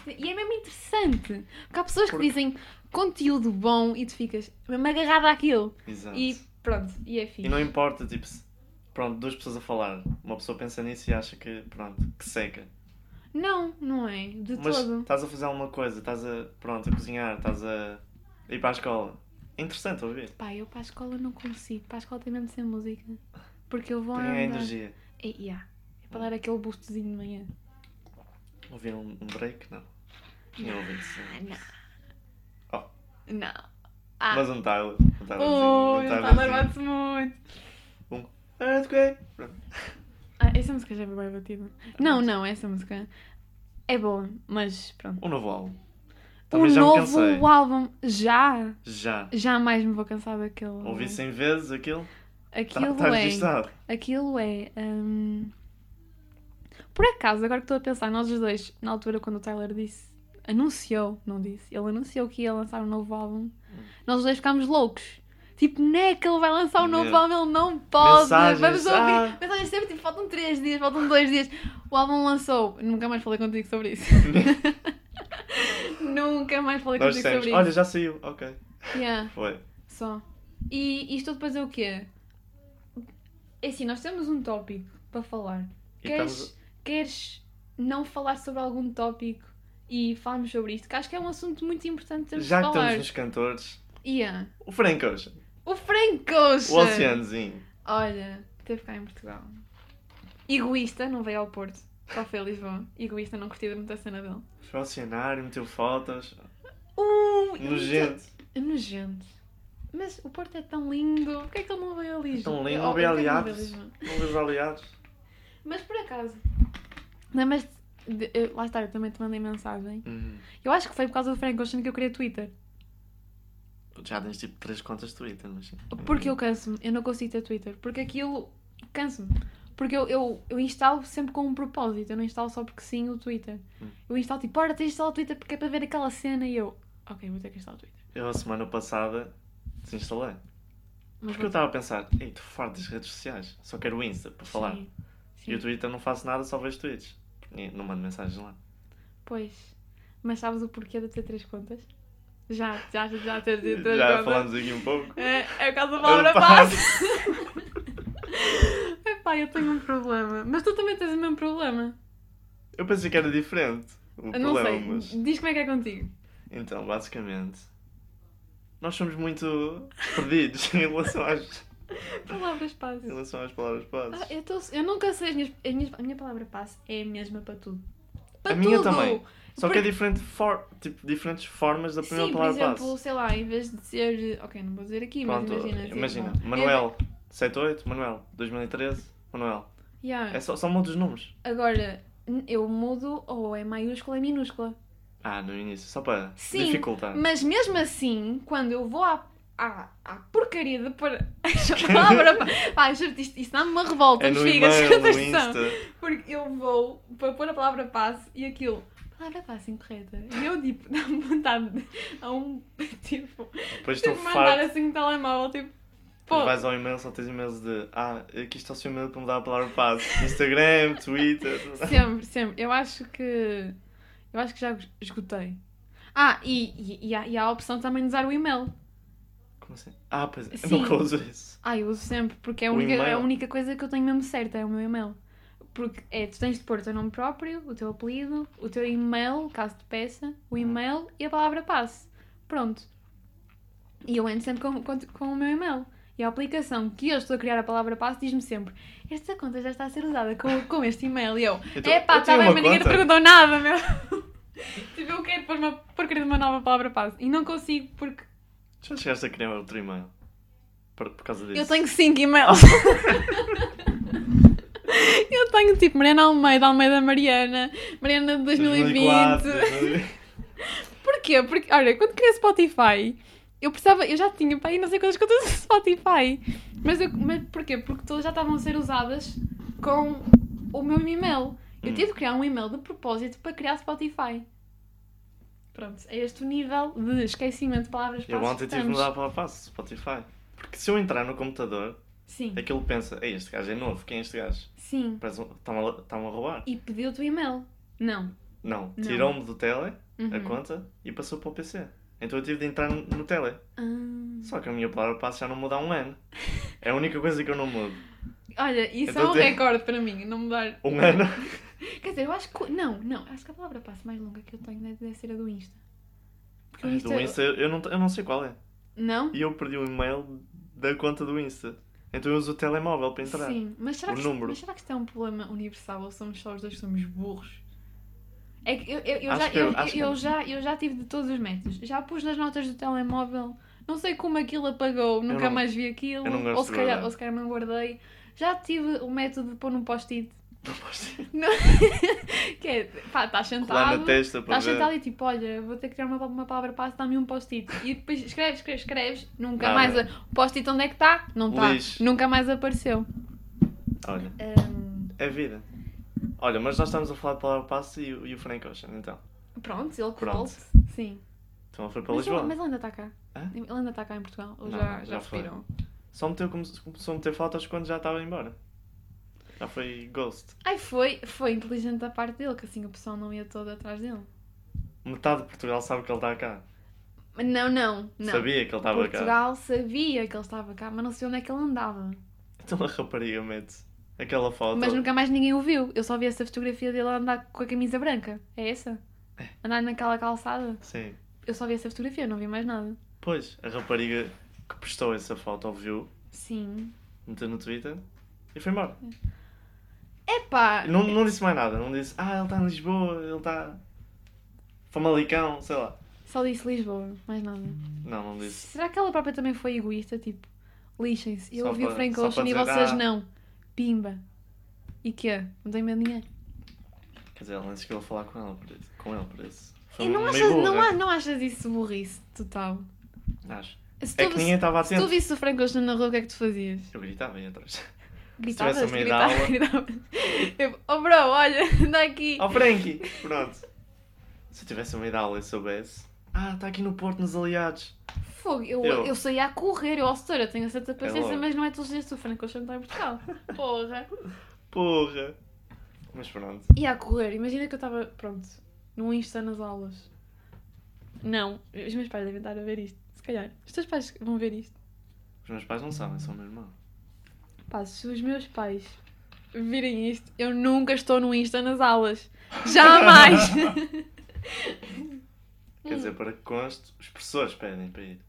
Speaker 2: E é mesmo interessante. Porque há pessoas que
Speaker 1: Porque-
Speaker 2: dizem conteúdo bom e tu ficas mesmo agarrada àquilo.
Speaker 1: Exato.
Speaker 2: E pronto, e é
Speaker 1: E
Speaker 2: fixe.
Speaker 1: não importa, tipo, se- pronto, duas pessoas a falar. Uma pessoa pensa nisso e acha que, pronto, que seca.
Speaker 2: Não, não é. De
Speaker 1: Mas
Speaker 2: todo.
Speaker 1: estás a fazer alguma coisa, estás a, pronto, a cozinhar, estás a ir para a escola. É interessante ouvir.
Speaker 2: Pá, eu para a escola não consigo. Para a escola tem mesmo de ser música. Porque eu vou
Speaker 1: Tem
Speaker 2: andar.
Speaker 1: a energia.
Speaker 2: É, yeah. é para dar aquele boostzinho de manhã.
Speaker 1: Ouvir um, um break? Não. Tinha ouvido sim.
Speaker 2: Ah, não.
Speaker 1: Oh.
Speaker 2: Não. Ah.
Speaker 1: Mas um Tyler. Um Tyler.
Speaker 2: Ui,
Speaker 1: um É,
Speaker 2: está a
Speaker 1: Tylerzinho.
Speaker 2: levar-se muito.
Speaker 1: Earthquake. Pronto.
Speaker 2: Ah, essa música já é bem batida. Não, não, essa música é boa, mas pronto.
Speaker 1: Um novo álbum.
Speaker 2: O
Speaker 1: Também já me
Speaker 2: novo
Speaker 1: cansei.
Speaker 2: álbum, já,
Speaker 1: Já.
Speaker 2: jamais me vou cansar daquele. álbum.
Speaker 1: Ouvi 100 vezes aquilo. Está
Speaker 2: Aquilo
Speaker 1: tá
Speaker 2: é.
Speaker 1: registado.
Speaker 2: Aquilo é. hum, Por acaso, agora que estou a pensar, nós os dois, na altura quando o Tyler disse, anunciou, não disse, ele anunciou que ia lançar um novo álbum, nós os dois ficámos loucos. Tipo, não é que ele vai lançar um novo
Speaker 1: Mesmo.
Speaker 2: álbum, ele não pode,
Speaker 1: Mensagens,
Speaker 2: vamos ouvir.
Speaker 1: ah.
Speaker 2: Mensagens sempre, tipo, faltam 3 dias, faltam 2 dias. O álbum lançou, nunca mais falei contigo sobre isso. nunca mais falei
Speaker 1: Nós
Speaker 2: contigo sobre
Speaker 1: dissemos.
Speaker 2: isso.
Speaker 1: Olha, já saiu. Ok.
Speaker 2: Yeah.
Speaker 1: Foi.
Speaker 2: Só. E isto depois é o quê? É assim, nós temos um tópico para falar.
Speaker 1: E
Speaker 2: Queres,
Speaker 1: estamos-
Speaker 2: queres não falar sobre algum tópico e falarmos sobre isto? Que acho que é um assunto muito importante termos
Speaker 1: Já que
Speaker 2: de falar.
Speaker 1: estamos nos cantores.
Speaker 2: Ian,
Speaker 1: O Frank Ocean.
Speaker 2: O Frank Ocean!
Speaker 1: O Oceanozinho.
Speaker 2: Olha, teve cá em Portugal. Egoísta, não veio ao Porto. Só foi a Lisboa. Egoísta, não curtiu muito a cena dele.
Speaker 1: Foi ao cenário, meteu fotos.
Speaker 2: Uh, ele-
Speaker 1: Nojento.
Speaker 2: Nojento. Mas o Porto é tão lindo. Porquê é que ele não veio a Lisboa?
Speaker 1: Tão lindo,
Speaker 2: Oh,
Speaker 1: não veio
Speaker 2: porquê que não
Speaker 1: aliados.
Speaker 2: Lisboa?
Speaker 1: Não vejo aliados.
Speaker 2: Mas por acaso, lembras-te? de- eu- Lá está, eu também te mandei mensagem.
Speaker 1: Hum.
Speaker 2: Eu acho que foi por causa do Frank Ocean que eu queria Twitter.
Speaker 1: Já tens tipo 3 contas de Twitter, mas sim.
Speaker 2: Porque eu canso-me, eu não consigo ter Twitter. Porque aquilo canso-me. Porque eu, eu, eu instalo sempre com um propósito, eu não instalo só porque sim o Twitter.
Speaker 1: Hum.
Speaker 2: Eu instalo tipo, ora, tens de instalar o Twitter porque é para ver aquela cena e eu, ok, vou ter que instalar o Twitter.
Speaker 1: Eu a semana passada desinstalei.
Speaker 2: Mas
Speaker 1: Porque eu
Speaker 2: vou-
Speaker 1: estava a pensar, ei, tu farto das redes sociais, só quero o Insta para falar.
Speaker 2: Sim, sim.
Speaker 1: E o Twitter não faço nada, só vejo tweets. E não mando mensagens lá.
Speaker 2: Pois. Mas sabes o porquê de ter três contas? Já, já, já ter três contas.
Speaker 1: Já falámos aqui um pouco.
Speaker 2: É, é o caso da
Speaker 1: Eu
Speaker 2: palavra
Speaker 1: passo.
Speaker 2: fácil. Epá, eu tenho um problema. Mas tu também tens o mesmo problema.
Speaker 1: Eu pensei que era diferente o
Speaker 2: Eu não
Speaker 1: Um problema,
Speaker 2: sei.
Speaker 1: mas.
Speaker 2: Diz como é que é contigo.
Speaker 1: Então, basicamente, nós somos muito perdidos em relação às,
Speaker 2: Palavras
Speaker 1: em
Speaker 2: passe.
Speaker 1: relação às palavras
Speaker 2: Ah,
Speaker 1: passes.
Speaker 2: eu, tô- eu nunca sei as minhas, as minhas- A minha palavra passe é a mesma para tudo. para
Speaker 1: a minha
Speaker 2: tudo.
Speaker 1: também. Só que é
Speaker 2: Porque-
Speaker 1: diferente for- tipo, diferentes formas da primeira
Speaker 2: Sim, por
Speaker 1: palavra
Speaker 2: exemplo,
Speaker 1: base.
Speaker 2: sei lá, em vez de ser. Ok, não vou dizer aqui,
Speaker 1: Pronto,
Speaker 2: mas imagina. tipo, é-
Speaker 1: imagina,
Speaker 2: sei lá.
Speaker 1: Manuel 78, Manuel 2013, Manuel.
Speaker 2: É- yeah.
Speaker 1: É só, só muda os números.
Speaker 2: Agora, n- eu mudo ou é maiúscula ou é minúscula.
Speaker 1: Ah, no início, só para
Speaker 2: Sim,
Speaker 1: dificultar.
Speaker 2: Mas mesmo assim, quando eu vou à, à, à porcaria de pôr esta palavra. pá, Pá, juro isto, isto dá-me uma revolta,
Speaker 1: É
Speaker 2: nos
Speaker 1: no
Speaker 2: figas,
Speaker 1: e-mail, no
Speaker 2: atenção.
Speaker 1: Insta.
Speaker 2: Porque eu vou para pôr a palavra passe e aquilo. Palavra passe incorreta. E eu, tipo, dá-me vontade de- a um. Tipo,
Speaker 1: Depois
Speaker 2: de
Speaker 1: tu
Speaker 2: mandar
Speaker 1: farto.
Speaker 2: assim um telemóvel, tipo.
Speaker 1: Depois
Speaker 2: Pô,
Speaker 1: vais ao e-mail, só tens e-mails de Ah, aqui está o seu e-mail para mudar a palavra passe. Instagram, Twitter.
Speaker 2: Sempre, sempre. Eu acho que. Eu acho que já esgotei. Ah, e, e, e há, e há a opção também de usar o e-mail.
Speaker 1: Como assim? Ah, pois é.
Speaker 2: Sim.
Speaker 1: Nunca uso isso.
Speaker 2: Ah, eu uso sempre, porque é a
Speaker 1: O
Speaker 2: única, é a
Speaker 1: e-mail?
Speaker 2: única coisa que eu tenho mesmo certa, é o meu e-mail. Porque é, tu tens de pôr o teu nome próprio, o teu apelido, o teu e-mail, caso te peça,
Speaker 1: Hum.
Speaker 2: o e-mail e a palavra passe. Pronto. E eu entro sempre com, com, com o meu e-mail. E a aplicação que eu estou a criar a palavra passe diz-me sempre: Esta conta já está a ser usada com, com este e-mail. E eu:
Speaker 1: Então,
Speaker 2: Epá,
Speaker 1: eu tenho
Speaker 2: está bem,
Speaker 1: uma
Speaker 2: mas ninguém te
Speaker 1: conta.
Speaker 2: perguntou nada, meu. tipo, eu quero pôr uma porcaria de uma nova palavra passe. E não consigo porque
Speaker 1: Já chegaste a criar outro e-mail? Por, por causa disso?
Speaker 2: eu tenho 5 e-mails. eu tenho tipo Mariana Almeida, Almeida Mariana, Mariana de 2020.
Speaker 1: 2020.
Speaker 2: Porquê? Porque, olha, quando criei Spotify, eu precisava, eu já tinha para aí não sei quantas contas de Spotify. Mas, eu, mas porquê? Porque todas já estavam a ser usadas com o meu e-mail. Eu
Speaker 1: Hum.
Speaker 2: tive de criar um e-mail de propósito para criar Spotify. Pronto, é este o nível de esquecimento de palavras
Speaker 1: Eu
Speaker 2: passos que
Speaker 1: ontem tive de
Speaker 2: estamos.
Speaker 1: mudar a palavra passe, Spotify. Porque se eu entrar no computador,
Speaker 2: Sim,
Speaker 1: aquilo pensa: Ei, este gajo é novo, quem é este gajo?
Speaker 2: sim.
Speaker 1: Parece um- Estão a, estão a roubar.
Speaker 2: E pediu-te o e-mail. Não.
Speaker 1: Não,
Speaker 2: Não.
Speaker 1: tirou-me do tele,
Speaker 2: Uhum.
Speaker 1: a conta, e passou para o PC. Então eu tive de entrar no, no tele.
Speaker 2: Ah.
Speaker 1: Só que a minha palavra passe já não muda há um ano. É a única coisa que eu não mudo.
Speaker 2: Olha, isso
Speaker 1: Então
Speaker 2: é um
Speaker 1: tem-
Speaker 2: recorde para mim, não mudar.
Speaker 1: Um ano.
Speaker 2: Quer dizer, eu acho que. Não, não, acho que a palavra passe mais longa que eu tenho deve deve ser a do Insta. Porque o
Speaker 1: Ai,
Speaker 2: Insta.
Speaker 1: Ah,
Speaker 2: é
Speaker 1: é Do Insta, eu eu não, eu não sei qual é.
Speaker 2: Não?
Speaker 1: E eu perdi o e-mail da conta do Insta. Então eu uso o telemóvel para entrar.
Speaker 2: Sim, mas será,
Speaker 1: O
Speaker 2: que isto,
Speaker 1: número.
Speaker 2: mas será que isto é um problema universal ou somos só os dois que somos burros? É que eu, eu, eu
Speaker 1: Acho
Speaker 2: já,
Speaker 1: que
Speaker 2: eu,
Speaker 1: eu- acho que é um
Speaker 2: eu
Speaker 1: eu-
Speaker 2: já, eu já tive de todos os métodos. Já pus nas notas do telemóvel, não sei como aquilo apagou, nunca
Speaker 1: não-
Speaker 2: mais vi aquilo,
Speaker 1: eu não gosto
Speaker 2: ou, se
Speaker 1: de
Speaker 2: calhar,
Speaker 1: guardar.
Speaker 2: ou se calhar não guardei. Já tive o método de pôr num post-it,
Speaker 1: Não posso
Speaker 2: que é, pá, estás
Speaker 1: colar
Speaker 2: sentado,
Speaker 1: na testa para
Speaker 2: estás
Speaker 1: ver.
Speaker 2: tá, sentado e tipo, olha, vou ter que criar uma, uma palavra passe, dá-me um post-it. E depois escreves, escreves, escreves, nunca
Speaker 1: Nada.
Speaker 2: mais, a- o post-it onde é que está? Não está,
Speaker 1: Lixo.
Speaker 2: nunca mais apareceu.
Speaker 1: Olha,
Speaker 2: Ahm,
Speaker 1: é vida. Olha, mas nós estamos a falar de palavra passe e, o- e o Frank Ocean, então.
Speaker 2: Pronto, ele que
Speaker 1: Pronto.
Speaker 2: volte. Sim.
Speaker 1: Então ele foi para
Speaker 2: Mas
Speaker 1: Lisboa.
Speaker 2: ele, mas ele ainda está cá.
Speaker 1: Hã?
Speaker 2: Ele ainda está cá em Portugal. Ou
Speaker 1: Não,
Speaker 2: já,
Speaker 1: não,
Speaker 2: já
Speaker 1: já foi.
Speaker 2: viram?
Speaker 1: Só meteu, como, começou a meter fotos quando já estava embora. Já foi ghost.
Speaker 2: Ai, foi, foi inteligente da parte dele, que assim o pessoal não ia todo atrás dele.
Speaker 1: Metade de Portugal sabe que ele está cá.
Speaker 2: Mas Não, não, não.
Speaker 1: Sabia que ele estava cá.
Speaker 2: Portugal sabia que ele estava cá, mas não sei onde é que ele andava.
Speaker 1: Então a rapariga mete aquela foto.
Speaker 2: Mas nunca mais ninguém o viu. Eu só vi essa fotografia dele a andar com a camisa branca. É essa? Andar naquela calçada.
Speaker 1: Sim.
Speaker 2: Eu só vi essa fotografia, não vi mais nada.
Speaker 1: Pois, a rapariga que postou essa foto viu,
Speaker 2: Sim.
Speaker 1: meteu no Twitter e foi embora.
Speaker 2: Epá!
Speaker 1: Não, não disse mais nada. Não disse, ah, ele está em Lisboa, ele está. Famalicão, sei lá.
Speaker 2: Só disse Lisboa, mais nada.
Speaker 1: Não, não disse.
Speaker 2: Será que ela própria também foi egoísta? Tipo, lixem-se. Eu
Speaker 1: Só
Speaker 2: ouvi o
Speaker 1: para-
Speaker 2: Frank
Speaker 1: só
Speaker 2: Ocean
Speaker 1: para
Speaker 2: e
Speaker 1: dizer,
Speaker 2: vocês
Speaker 1: "Ah."
Speaker 2: não. Pimba. E quê? Não tenho medo de ninguém.
Speaker 1: Quer dizer, ela antes que eu falar com ela por isso. Com ele por isso. Foi
Speaker 2: E não
Speaker 1: meio é tipo-
Speaker 2: achas, não,
Speaker 1: burra.
Speaker 2: a- não achas isso burrice total?
Speaker 1: Acho.
Speaker 2: Se tu,
Speaker 1: É que ninguém estava
Speaker 2: se tu
Speaker 1: atento.
Speaker 2: visse o Frank Ocean na rua, o que é que tu fazias?
Speaker 1: Eu gritava aí atrás.
Speaker 2: Gritavas,
Speaker 1: tivesse a meio da
Speaker 2: gritavas,
Speaker 1: aula- Oh,
Speaker 2: gritavas. Tipo, oh bro, olha, anda aqui.
Speaker 1: Ó Frankie! Pronto. Se eu tivesse uma aula e soubesse. Ah, está aqui no Porto, nos Aliados.
Speaker 2: Fogo, eu, eu.
Speaker 1: Eu.
Speaker 2: saía a correr, eu, ao setor, eu tenho certa paciência,
Speaker 1: logo.
Speaker 2: mas não é todos os dias que o Frank Ocean está em Portugal. Porra.
Speaker 1: Porra! Mas pronto.
Speaker 2: E a correr, imagina que eu estava, pronto, num Insta nas aulas. Não, os meus pais devem estar a ver isto, se calhar. Os teus pais vão ver isto.
Speaker 1: Os meus pais não sabem, são o meu irmão.
Speaker 2: Pá, se os meus pais virem isto, eu nunca estou no Insta nas aulas. Jamais!
Speaker 1: Quer
Speaker 2: Hum.
Speaker 1: dizer, para que conste, os professores pedem para ir.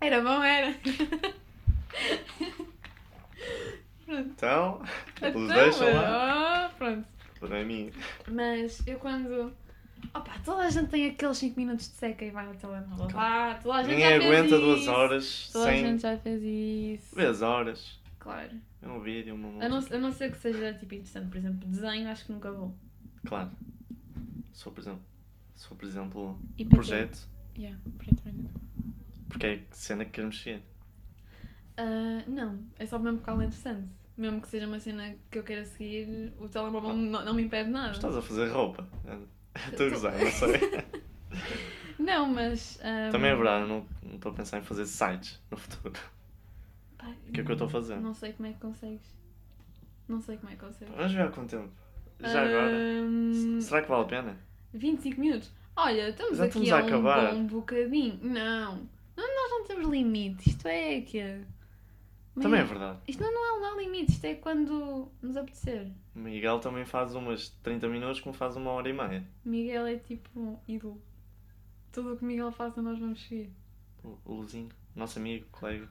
Speaker 2: Era bom, era.
Speaker 1: Então, eles
Speaker 2: Então,
Speaker 1: Então, deixam lá.
Speaker 2: ah, Então, pronto.
Speaker 1: culpa não é minha.
Speaker 2: Mas eu quando. Opa, toda a gente tem aqueles 5 minutos de seca e vai ao telemóvel. Vá, toda a gente
Speaker 1: Então, Ninguém
Speaker 2: já fez
Speaker 1: aguenta
Speaker 2: isso.
Speaker 1: duas horas
Speaker 2: Toda a
Speaker 1: sem.
Speaker 2: gente já fez isso.
Speaker 1: Duas horas.
Speaker 2: Claro.
Speaker 1: É um vídeo, uma música.
Speaker 2: A não, a não ser que seja tipo interessante, por exemplo, desenho, acho que nunca vou.
Speaker 1: Claro. Se for, por exemplo, se for, por exemplo
Speaker 2: E
Speaker 1: um
Speaker 2: para
Speaker 1: projeto,
Speaker 2: quê? Yeah, para quê também não.
Speaker 1: porque é que cena que queremos ser.
Speaker 2: Ah, não, é só mesmo porque algo é interessante. Mesmo que seja uma cena que eu queira seguir, o telemóvel
Speaker 1: Ah.
Speaker 2: não, não me impede nada.
Speaker 1: Estás a fazer roupa.
Speaker 2: Então.
Speaker 1: Estou a gozar, não sei.
Speaker 2: Não, mas. ah,
Speaker 1: Também é verdade, eu não não estou a pensar em fazer sites no futuro.
Speaker 2: pá,
Speaker 1: O que é que eu estou a fazer?
Speaker 2: Não sei como é que consegues. Não sei como é que consegues.
Speaker 1: Vamos ver há quanto tempo. Já agora.
Speaker 2: Ahm,
Speaker 1: Será que vale a pena?
Speaker 2: 25 minutos. Olha, estamos
Speaker 1: Já
Speaker 2: aqui
Speaker 1: estamos
Speaker 2: a,
Speaker 1: a acabar.
Speaker 2: um bom bocadinho. Não. não, nós não temos limite. Isto é que.
Speaker 1: Também é verdade.
Speaker 2: Isto não, não, é, não há limite. Isto é quando nos apetecer.
Speaker 1: O Miguel também faz umas 30 minutos, como faz uma hora e meia.
Speaker 2: Miguel é tipo um ídolo. Tudo o que Miguel faz, nós vamos seguir.
Speaker 1: O o Luzinho, nosso amigo, colega.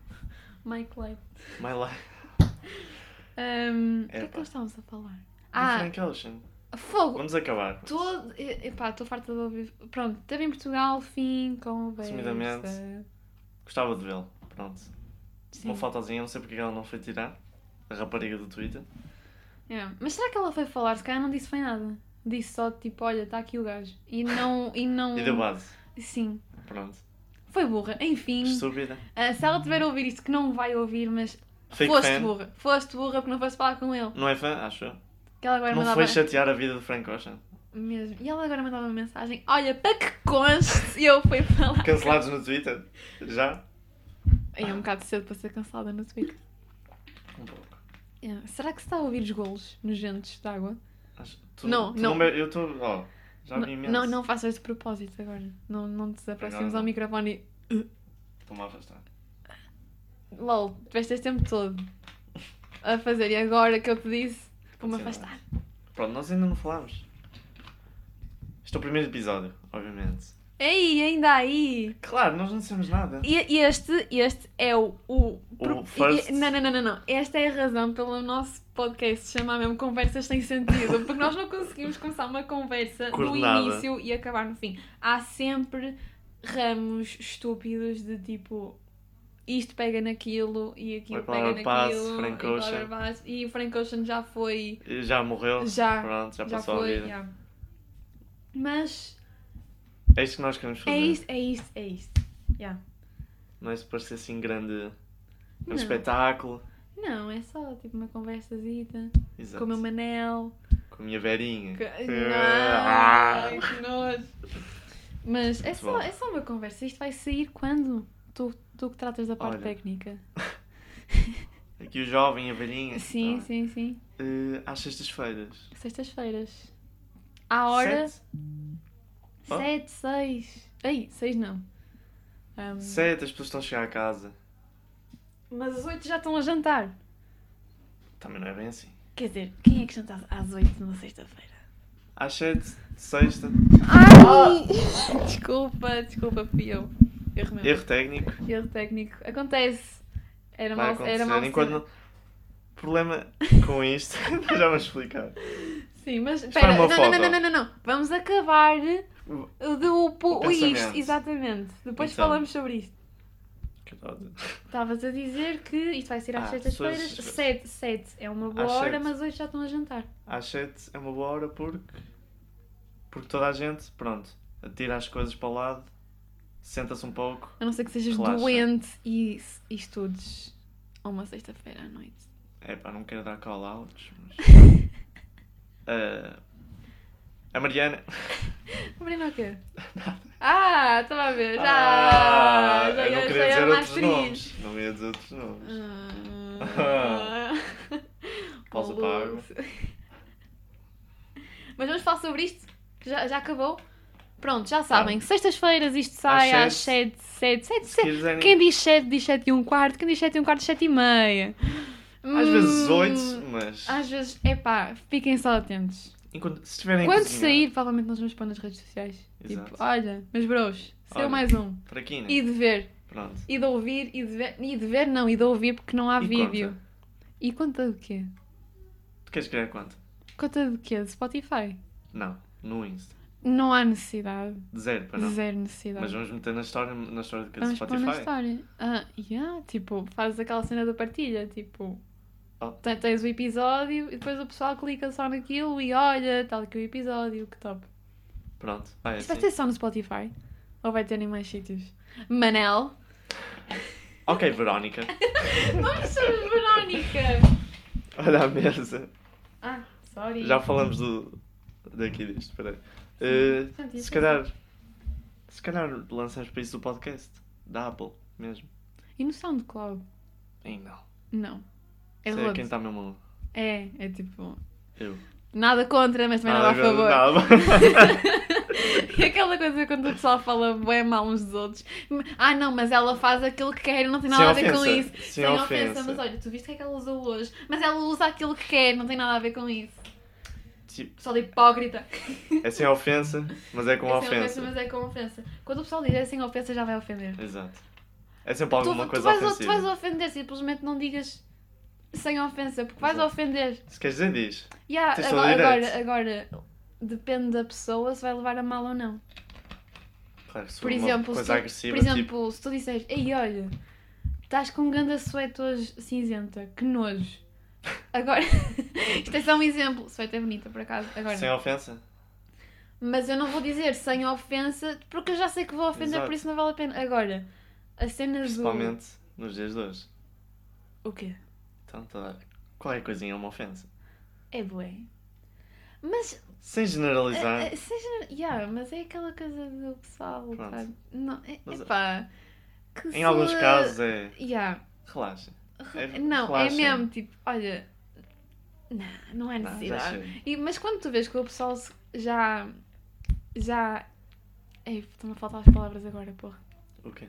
Speaker 2: Mike Light.
Speaker 1: My life.
Speaker 2: Ahm, O que é que
Speaker 1: Epá.
Speaker 2: nós estávamos a falar?
Speaker 1: Ah.
Speaker 2: Ah,
Speaker 1: Frank Ocean.
Speaker 2: fogo!
Speaker 1: Vamos acabar.
Speaker 2: Todo, e- epá, estou farta de ouvir. Pronto, esteve em Portugal, fim, conversa.
Speaker 1: Resumidamente, Gostava de vê-lo. Pronto.
Speaker 2: Sim.
Speaker 1: Uma fotozinha, não sei porque ela não foi tirar. A rapariga do Twitter.
Speaker 2: É, Mas será que ela foi falar? Se calhar não disse foi nada. Disse só tipo, olha, está aqui o gajo. E não. E, não...
Speaker 1: E deu base.
Speaker 2: Sim.
Speaker 1: Pronto.
Speaker 2: Foi burra. Enfim,
Speaker 1: Estúpida.
Speaker 2: ah, se ela tiver a ouvir isto, que não vai ouvir, mas
Speaker 1: Fake
Speaker 2: foste
Speaker 1: fan.
Speaker 2: burra. Foste burra porque não foste falar com ele.
Speaker 1: Não é fã, acho eu.
Speaker 2: Que ela agora
Speaker 1: Não
Speaker 2: mandava.
Speaker 1: foi chatear a vida do Frank Ocean.
Speaker 2: Mesmo. E ela agora mandava uma mensagem: olha, para que conste, eu fui falar.
Speaker 1: Cancelados no Twitter. Já?
Speaker 2: É um bocado cedo para ser cancelada no Twitter.
Speaker 1: Um pouco.
Speaker 2: É, Será que se está a ouvir os golos nojentos de água?
Speaker 1: Acho- tu-
Speaker 2: Não,
Speaker 1: tu
Speaker 2: não.
Speaker 1: be- Eu estou. Ó, já vi
Speaker 2: Não,
Speaker 1: imenso.
Speaker 2: não, não faças de propósito agora. Não, não te aproximes
Speaker 1: Agora
Speaker 2: ao
Speaker 1: não.
Speaker 2: microfone
Speaker 1: Estou-me a afastar.
Speaker 2: e. LOL, tiveste este tempo todo a fazer e agora que eu te disse, vou-me
Speaker 1: Pode ser
Speaker 2: afastar.
Speaker 1: Pronto, nós ainda não falámos. Este é o primeiro episódio, obviamente.
Speaker 2: Ei, ainda aí!
Speaker 1: Claro, nós não dissemos nada.
Speaker 2: E e este, este é o. O, pro- e-
Speaker 1: first.
Speaker 2: e- Não, não, não, não, não. Esta é a razão pelo nosso podcast se chamar mesmo Conversas Sem Sentido, porque nós não conseguimos começar uma conversa
Speaker 1: Coordenada.
Speaker 2: no início e acabar no fim. Há sempre ramos estúpidos de tipo. Isto pega naquilo e aquilo
Speaker 1: Vai para
Speaker 2: pega
Speaker 1: o Arbaz,
Speaker 2: naquilo.
Speaker 1: Frank
Speaker 2: e, para o
Speaker 1: Ocean.
Speaker 2: Arbaz. e o Frank Ocean já foi.
Speaker 1: Já morreu.
Speaker 2: Já.
Speaker 1: Pronto, já,
Speaker 2: Já
Speaker 1: passou a
Speaker 2: foi.
Speaker 1: vida.
Speaker 2: já. Mas
Speaker 1: É isto que nós queremos fazer.
Speaker 2: é isto, é isto, é isto. já
Speaker 1: Não é para ser assim grande. É um
Speaker 2: Não.
Speaker 1: espetáculo.
Speaker 2: Não, é só tipo uma conversazita.
Speaker 1: Exato.
Speaker 2: Com o meu manel.
Speaker 1: Com a minha verinha.
Speaker 2: Que...
Speaker 1: Ah.
Speaker 2: Não, que nojo. Mas é
Speaker 1: Muito
Speaker 2: só,
Speaker 1: bom.
Speaker 2: é só uma conversa. Isto vai sair quando? Tu, tu que tratas da parte
Speaker 1: Olha.
Speaker 2: técnica.
Speaker 1: Aqui o jovem, a verinha.
Speaker 2: Sim, sim, sim.
Speaker 1: às sextas-feiras.
Speaker 2: Sextas-feiras. À hora.
Speaker 1: Sete, Oh.
Speaker 2: Sete, seis. Ei, seis não. Ahm,
Speaker 1: Sete, as pessoas estão a chegar a casa.
Speaker 2: mas às oito já estão a jantar.
Speaker 1: Também não é bem assim.
Speaker 2: Quer dizer, quem é que janta às oito numa sexta-feira?
Speaker 1: Às sete, sexta,
Speaker 2: Ai! desculpa, desculpa, fui eu. Erro meu.
Speaker 1: Ah. erro técnico.
Speaker 2: Erro técnico. Acontece. Era
Speaker 1: Vai
Speaker 2: mal,
Speaker 1: acontecer.
Speaker 2: era mal
Speaker 1: Enquanto
Speaker 2: ser-
Speaker 1: não- Problema com isto, já vou explicar.
Speaker 2: Sim, mas
Speaker 1: é
Speaker 2: espera, não,
Speaker 1: uma
Speaker 2: não,
Speaker 1: foto.
Speaker 2: não, não, não, não, vamos acabar do po-
Speaker 1: O pensamento.
Speaker 2: isto, exatamente. Depois
Speaker 1: Então.
Speaker 2: falamos sobre isto.
Speaker 1: Que dó.
Speaker 2: Estavas a dizer que isto vai ser às
Speaker 1: Ah,
Speaker 2: sextas-feiras,
Speaker 1: sextas-
Speaker 2: sete sete é uma boa
Speaker 1: Às
Speaker 2: hora,
Speaker 1: sete.
Speaker 2: mas hoje já estão a jantar.
Speaker 1: Às 7 é uma boa hora porque. Porque toda a gente, pronto, atira as coisas para o lado, senta-se um pouco.
Speaker 2: A não ser que sejas
Speaker 1: Relaxa.
Speaker 2: doente e, e estudes a uma sexta-feira à noite.
Speaker 1: É pá, não quero dar call-outs, mas. Ah, a Mariana.
Speaker 2: Mariana o quê? Ah, estava a ver, já!
Speaker 1: Ah,
Speaker 2: já
Speaker 1: eu não
Speaker 2: ia-
Speaker 1: queria
Speaker 2: já ia
Speaker 1: dizer
Speaker 2: mais
Speaker 1: outros
Speaker 2: feliz.
Speaker 1: nomes. Não ia dizer outros nomes.
Speaker 2: Ah.
Speaker 1: Pausa
Speaker 2: Maluco.
Speaker 1: para a água.
Speaker 2: Mas vamos falar sobre isto? Já, já acabou? Pronto, já sabem. Sextas-feiras isto sai
Speaker 1: Tá.
Speaker 2: às
Speaker 1: Às
Speaker 2: 7, 7, 7,
Speaker 1: Se quiserem.
Speaker 2: Quem diz 7 diz 7 e um quarto, quem diz 7 e um quarto diz 7 e meia.
Speaker 1: Às vezes
Speaker 2: Hum,
Speaker 1: 8, mas.
Speaker 2: Às vezes, epá, fiquem só atentos.
Speaker 1: Enquanto, se estiverem a
Speaker 2: Quando
Speaker 1: cozinhar,
Speaker 2: sair, provavelmente nós vamos pôr nas redes sociais.
Speaker 1: Exato.
Speaker 2: Tipo, olha, meus bros, saiu
Speaker 1: Olha.
Speaker 2: mais um.
Speaker 1: Fraquinha.
Speaker 2: E de ver,
Speaker 1: né? Pronto.
Speaker 2: e de ouvir, e de ver, e de ver não, e de ouvir porque não há
Speaker 1: E
Speaker 2: vídeo.
Speaker 1: conta.
Speaker 2: E conta o quê?
Speaker 1: Tu queres criar quanto?
Speaker 2: Conta de quê? De Spotify?
Speaker 1: Não, no Insta.
Speaker 2: Não há necessidade.
Speaker 1: De zero para não.
Speaker 2: Zero necessidade.
Speaker 1: Mas vamos meter na história, na história do que é de
Speaker 2: Vamos pôr na
Speaker 1: Spotify.
Speaker 2: história. Ah, yeah, tipo, fazes aquela cena da partilha, tipo.
Speaker 1: Oh.
Speaker 2: te- Tens o episódio e depois o pessoal clica só naquilo e olha, tal que o episódio, que top.
Speaker 1: Pronto. Ah, é
Speaker 2: Isto vai
Speaker 1: assim.
Speaker 2: ter só no Spotify? Ou vai ter em mais sítios? Manel.
Speaker 1: Ok, Verónica.
Speaker 2: Nós somos Verónica!
Speaker 1: Olha a mesa.
Speaker 2: Ah, sorry.
Speaker 1: Já falamos do, daqui disto, peraí. Eh,
Speaker 2: Portanto, isso
Speaker 1: se
Speaker 2: é
Speaker 1: calhar. Se calhar lançamos para isso o podcast. Da Apple mesmo.
Speaker 2: E no SoundCloud?
Speaker 1: Ei, não.
Speaker 2: Não. É
Speaker 1: Sei
Speaker 2: roto.
Speaker 1: quem está mesmo.
Speaker 2: É, é tipo.
Speaker 1: Eu.
Speaker 2: Nada contra, mas também nada, a favor.
Speaker 1: Nada.
Speaker 2: E aquela coisa quando o pessoal fala bem mal uns dos outros. Ah, não, mas ela faz aquilo que quer, não tem nada
Speaker 1: Sem
Speaker 2: a ver com
Speaker 1: ofensa,
Speaker 2: isso.
Speaker 1: sem ofensa.
Speaker 2: mas olha, tu viste o que é que ela usou hoje. Mas ela usa aquilo que quer, não tem nada a ver com isso.
Speaker 1: Tipo,
Speaker 2: Pessoal hipócrita.
Speaker 1: é sem ofensa, mas é com
Speaker 2: é sem
Speaker 1: ofensa.
Speaker 2: mas é com ofensa. Quando o pessoal diz é sem ofensa, já vai ofender.
Speaker 1: Exato. É sempre alguma
Speaker 2: tu,
Speaker 1: coisa
Speaker 2: tu, vais, tu
Speaker 1: ofensiva.
Speaker 2: vais ofender, simplesmente não digas sem ofensa, porque vais
Speaker 1: Exato.
Speaker 2: ofender.
Speaker 1: Se queres dizer, diz.
Speaker 2: Yeah,
Speaker 1: Tens todo o
Speaker 2: agora, agora,
Speaker 1: direito.
Speaker 2: agora, depende da pessoa se vai levar a mal ou não.
Speaker 1: Claro, se for
Speaker 2: Por
Speaker 1: uma
Speaker 2: exemplo, se
Speaker 1: coisa
Speaker 2: tu,
Speaker 1: agressiva, tipo,
Speaker 2: por exemplo se tu disseres, ei, olha, estás com um ganda suéte hoje cinzenta, que nojo. Agora, isto é só um exemplo. Suéte é bonita, por acaso. Agora,
Speaker 1: tipo, sem ofensa.
Speaker 2: mas eu não vou dizer sem ofensa, porque eu já sei que vou ofender,
Speaker 1: Exato.
Speaker 2: por isso não vale a pena. Agora, as cenas do.
Speaker 1: Principalmente nos dias de hoje.
Speaker 2: O quê?
Speaker 1: Então, toda... qualquer coisinha é uma ofensa.
Speaker 2: É bué. Mas,
Speaker 1: Sem generalizar.
Speaker 2: eh, eh, seja. Yeah, mas é aquela coisa do pessoal.
Speaker 1: Pronto.
Speaker 2: pá. Não, é,
Speaker 1: Mas-
Speaker 2: epá, que
Speaker 1: Em alguns
Speaker 2: se-
Speaker 1: casos é.
Speaker 2: Yeah.
Speaker 1: Relaxa. É-
Speaker 2: Não,
Speaker 1: relaxa.
Speaker 2: é mesmo, tipo, olha, não, não é
Speaker 1: Não, já
Speaker 2: necessidade.
Speaker 1: chega.
Speaker 2: E- mas quando tu vês que o pessoal se- já. já. Ei, estão a faltar as palavras agora, porra.
Speaker 1: O quê?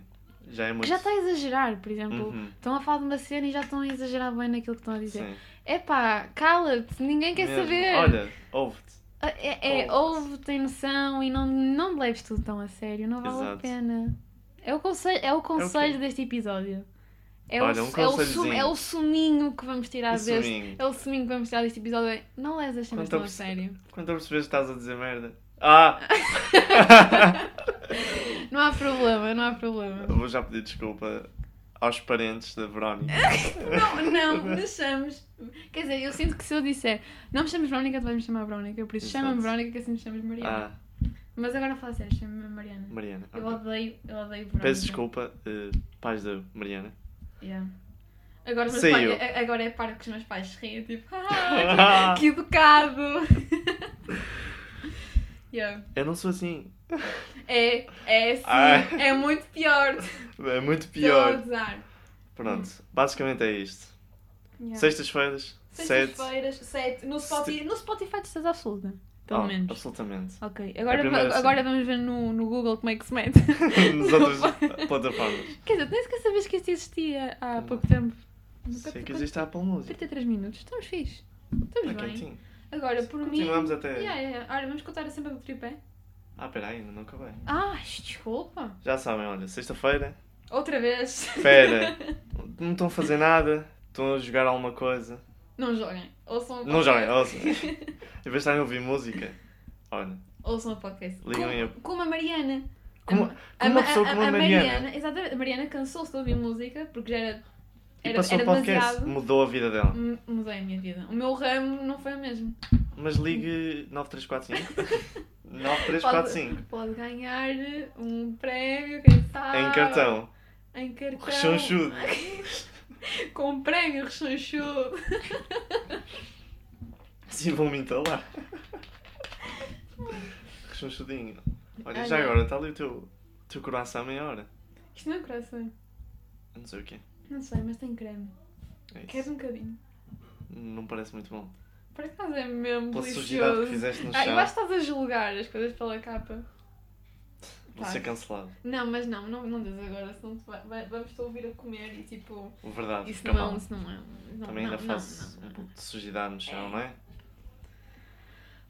Speaker 1: Já é
Speaker 2: Que
Speaker 1: muito.
Speaker 2: já está a exagerar, por exemplo.
Speaker 1: Uhum,
Speaker 2: Estão a falar de uma cena e já estão a exagerar bem naquilo que estão a dizer.
Speaker 1: sim.
Speaker 2: Epá, cala-te, ninguém quer
Speaker 1: Mesmo.
Speaker 2: saber.
Speaker 1: Olha, ouve-te.
Speaker 2: é, é,
Speaker 1: ouve-se.
Speaker 2: ouve, tem noção e não, não leves tudo tão a sério, não vale a
Speaker 1: Exato.
Speaker 2: pena. É o conselho, é o conselho deste episódio. É,
Speaker 1: Olha,
Speaker 2: o,
Speaker 1: um
Speaker 2: su- é, o sum,
Speaker 1: conselhozinho.
Speaker 2: é o suminho que vamos tirar
Speaker 1: E
Speaker 2: deste,
Speaker 1: suminho.
Speaker 2: É o suminho que vamos tirar deste episódio. é, Não leves as cenas
Speaker 1: Quanto
Speaker 2: tão a
Speaker 1: obs-
Speaker 2: sério.
Speaker 1: Quando tu percebes que estás a dizer merda. Ah!
Speaker 2: Não há problema, não há problema.
Speaker 1: Vou já pedir desculpa aos parentes da Verónica.
Speaker 2: Não, não, nos chames. Quer dizer, eu sinto que se eu disser não me chames Verónica, tu vais me chamar Verónica. Por isso
Speaker 1: Exato.
Speaker 2: chama-me Verónica que assim me chamas Mariana.
Speaker 1: Ah,
Speaker 2: Mas agora fala sério, chama-me Mariana.
Speaker 1: Mariana.
Speaker 2: Eu
Speaker 1: ok.
Speaker 2: odeio, eu odeio Verónica.
Speaker 1: Peço desculpa, eh, pais da Mariana.
Speaker 2: Yeah. Agora, os meus
Speaker 1: Saiu.
Speaker 2: pais- a- agora é para que os meus pais se riem, tipo, ah, que educado! yeah.
Speaker 1: Eu não sou assim.
Speaker 2: É, é sim,
Speaker 1: Ah.
Speaker 2: é muito pior.
Speaker 1: É muito
Speaker 2: Estou a
Speaker 1: pior.
Speaker 2: gozar.
Speaker 1: Pronto, basicamente é isto.
Speaker 2: Yeah.
Speaker 1: Sextas-feiras, sete.
Speaker 2: Sextas-feiras, sete. No Spotify, no Spotify de certeza absoluta. Pelo
Speaker 1: Oh,
Speaker 2: menos.
Speaker 1: Absolutamente.
Speaker 2: Ok,
Speaker 1: É a
Speaker 2: agora,
Speaker 1: primeira
Speaker 2: va- agora
Speaker 1: cena.
Speaker 2: vamos ver no, no Google como é que se mete.
Speaker 1: Nas outras plataformas.
Speaker 2: Quer dizer, nem sequer sabias que isto existia há
Speaker 1: Não.
Speaker 2: pouco tempo.
Speaker 1: Sei que existe a Apple Music.
Speaker 2: 33 minutos, estamos fixe. Estamos
Speaker 1: Está
Speaker 2: bem.
Speaker 1: quentinho.
Speaker 2: Agora, por mim.
Speaker 1: Continuamos até-
Speaker 2: Yeah, yeah. Olha, vamos contar a sempre do tripé.
Speaker 1: Ah, peraí, ainda não acabei.
Speaker 2: Ah, desculpa.
Speaker 1: Já sabem, olha, sexta-feira.
Speaker 2: Outra vez.
Speaker 1: Pera. Não estão a fazer nada, estão a jogar alguma coisa.
Speaker 2: Não joguem. Ouçam o
Speaker 1: Não joguem, ouçam.
Speaker 2: podcast.
Speaker 1: Em vez de estarem a ouvir música, olha.
Speaker 2: Ouçam o podcast.
Speaker 1: Liguem
Speaker 2: com, com uma Mariana.
Speaker 1: Como, como uma pessoa como a Mariana.
Speaker 2: Exatamente, a Mariana cansou-se de ouvir música porque já era,
Speaker 1: E
Speaker 2: era,
Speaker 1: passou
Speaker 2: era
Speaker 1: o podcast,
Speaker 2: demasiado.
Speaker 1: mudou a vida dela.
Speaker 2: Mu- Mudei a minha vida. O meu ramo não foi o mesmo.
Speaker 1: Mas ligue 9345. 9345.
Speaker 2: Pode ganhar um prémio, quem sabe.
Speaker 1: É Em cartão.
Speaker 2: Em cartão.
Speaker 1: Rechonchudo.
Speaker 2: Com um prémio rechonchudo.
Speaker 1: Sim, vão me entalar. Rechonchudinho. Olha, já
Speaker 2: Olha.
Speaker 1: agora, está ali o teu, teu coração à meia hora.
Speaker 2: Isto não é coração.
Speaker 1: Eu Não sei o quê.
Speaker 2: Não sei, mas tem creme.
Speaker 1: É isso.
Speaker 2: Queres um bocadinho?
Speaker 1: Não parece muito bom.
Speaker 2: Por acaso é mesmo
Speaker 1: Pela sujidade que
Speaker 2: delicioso.
Speaker 1: fizeste no
Speaker 2: Ah, eu acho
Speaker 1: chão,
Speaker 2: que estás a julgar as coisas pela capa.
Speaker 1: vou
Speaker 2: tá.
Speaker 1: ser cancelado.
Speaker 2: Não, mas não, não, não diz agora, senão te vai, vai, vamos te ouvir a comer e tipo.
Speaker 1: Verdade,
Speaker 2: Isso
Speaker 1: fica
Speaker 2: não é
Speaker 1: mal.
Speaker 2: um. Isso não é um. Não,
Speaker 1: Também
Speaker 2: não,
Speaker 1: ainda
Speaker 2: não,
Speaker 1: faço
Speaker 2: não,
Speaker 1: um
Speaker 2: não.
Speaker 1: pouco de sujidade no chão, não é?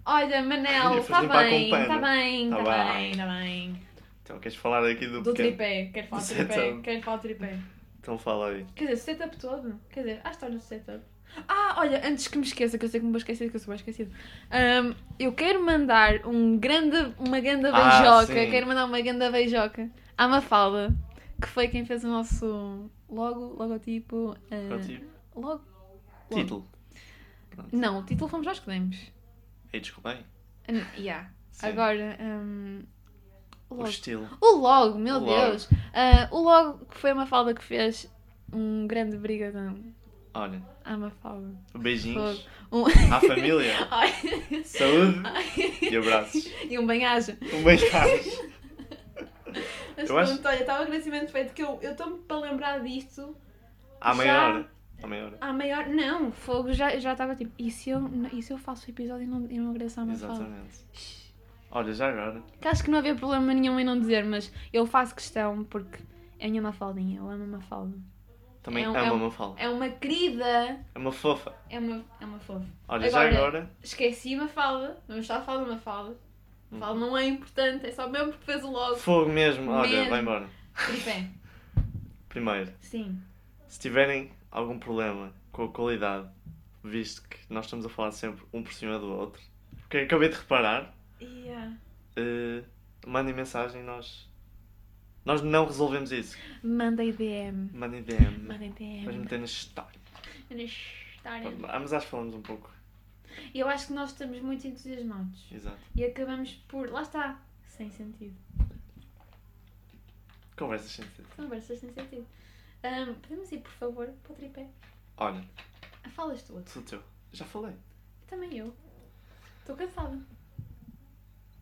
Speaker 2: Olha, Manel,
Speaker 1: Olha,
Speaker 2: está
Speaker 1: faz limpar com
Speaker 2: bem,
Speaker 1: pano.
Speaker 2: está bem,
Speaker 1: Tá
Speaker 2: está bem,
Speaker 1: bem.
Speaker 2: está bem.
Speaker 1: Então, queres falar aqui do,
Speaker 2: Do
Speaker 1: pequeno?
Speaker 2: tripé, quero falar
Speaker 1: Do
Speaker 2: do tripé,
Speaker 1: setup.
Speaker 2: quero falar do tripé.
Speaker 1: Então, fala aí.
Speaker 2: Quer dizer, o setup todo? Quer dizer, há histórias do setup. Ah, olha, antes que me esqueça, que eu sei que me vou esquecer, que eu sou bem esquecida. Ahm, eu quero mandar um grande, uma grande
Speaker 1: Ah,
Speaker 2: beijoca,
Speaker 1: sim.
Speaker 2: quero mandar uma grande beijoca à Mafalda, que foi quem fez o nosso logo, logotipo. ah,
Speaker 1: Qual tipo?
Speaker 2: logo, logo.
Speaker 1: Título.
Speaker 2: Não, o título fomos nós que demos.
Speaker 1: Aí desculpem.
Speaker 2: Ah, Yeah.
Speaker 1: Sim.
Speaker 2: Agora, ahm,
Speaker 1: O
Speaker 2: logo.
Speaker 1: estilo.
Speaker 2: O logo, meu
Speaker 1: O logo.
Speaker 2: Deus! Ah, o logo que foi a Mafalda que fez um grande brigadão
Speaker 1: Olha,
Speaker 2: à Mafalda.
Speaker 1: beijinhos
Speaker 2: Um...
Speaker 1: à família.
Speaker 2: Ai.
Speaker 1: Saúde
Speaker 2: Ai.
Speaker 1: e abraços.
Speaker 2: E um banhaja.
Speaker 1: Um beijo.
Speaker 2: Mas
Speaker 1: Eu
Speaker 2: pronto,
Speaker 1: acho-
Speaker 2: olha, está um agradecimento feito que eu estou-me para lembrar disto
Speaker 1: À meia
Speaker 2: Já. É
Speaker 1: hora. À meia hora.
Speaker 2: à maior. Não, fogo já já estava tipo, e se eu, e se eu faço o episódio e não, e não agradeço à Mafalda?
Speaker 1: Exatamente. Olha, já agora.
Speaker 2: Que acho que não havia problema nenhum em não dizer, mas eu faço questão porque é a minha Mafaldinha, eu amo a Mafalda.
Speaker 1: Também
Speaker 2: É um- é
Speaker 1: amo
Speaker 2: um-
Speaker 1: a Mafalda.
Speaker 2: É uma querida,
Speaker 1: É uma fofa.
Speaker 2: é uma, é uma fofa.
Speaker 1: Olha, já
Speaker 2: Agora-
Speaker 1: agora.
Speaker 2: Esqueci a Mafalda, não está a falar da Mafalda. Mafalda não é importante, é só mesmo porque fez o logo.
Speaker 1: Fogo mesmo. Olha,
Speaker 2: Mesmo.
Speaker 1: vai embora.
Speaker 2: Tripé.
Speaker 1: Primeiro,
Speaker 2: Sim.
Speaker 1: se tiverem algum problema com a qualidade, visto que nós estamos a falar sempre um por cima do outro, porque acabei de reparar,
Speaker 2: Yeah.
Speaker 1: eh, mandem mensagem, nós. Nós não resolvemos isso.
Speaker 2: Mandei DM.
Speaker 1: Mandem DM.
Speaker 2: Mandei DM.
Speaker 1: Vamos meter na história.
Speaker 2: Estarem.
Speaker 1: Mas acho que falamos um pouco.
Speaker 2: Eu acho que nós estamos muito entusiasmados
Speaker 1: Exato.
Speaker 2: e acabamos por. Lá está! Sem sentido.
Speaker 1: Conversas sem sentido.
Speaker 2: Conversas sem sentido. Ahm, podemos ir, por favor, para o tripé?
Speaker 1: Olha,
Speaker 2: Falas tu outro.
Speaker 1: sou teu. Já falei.
Speaker 2: Também eu. Estou cansada.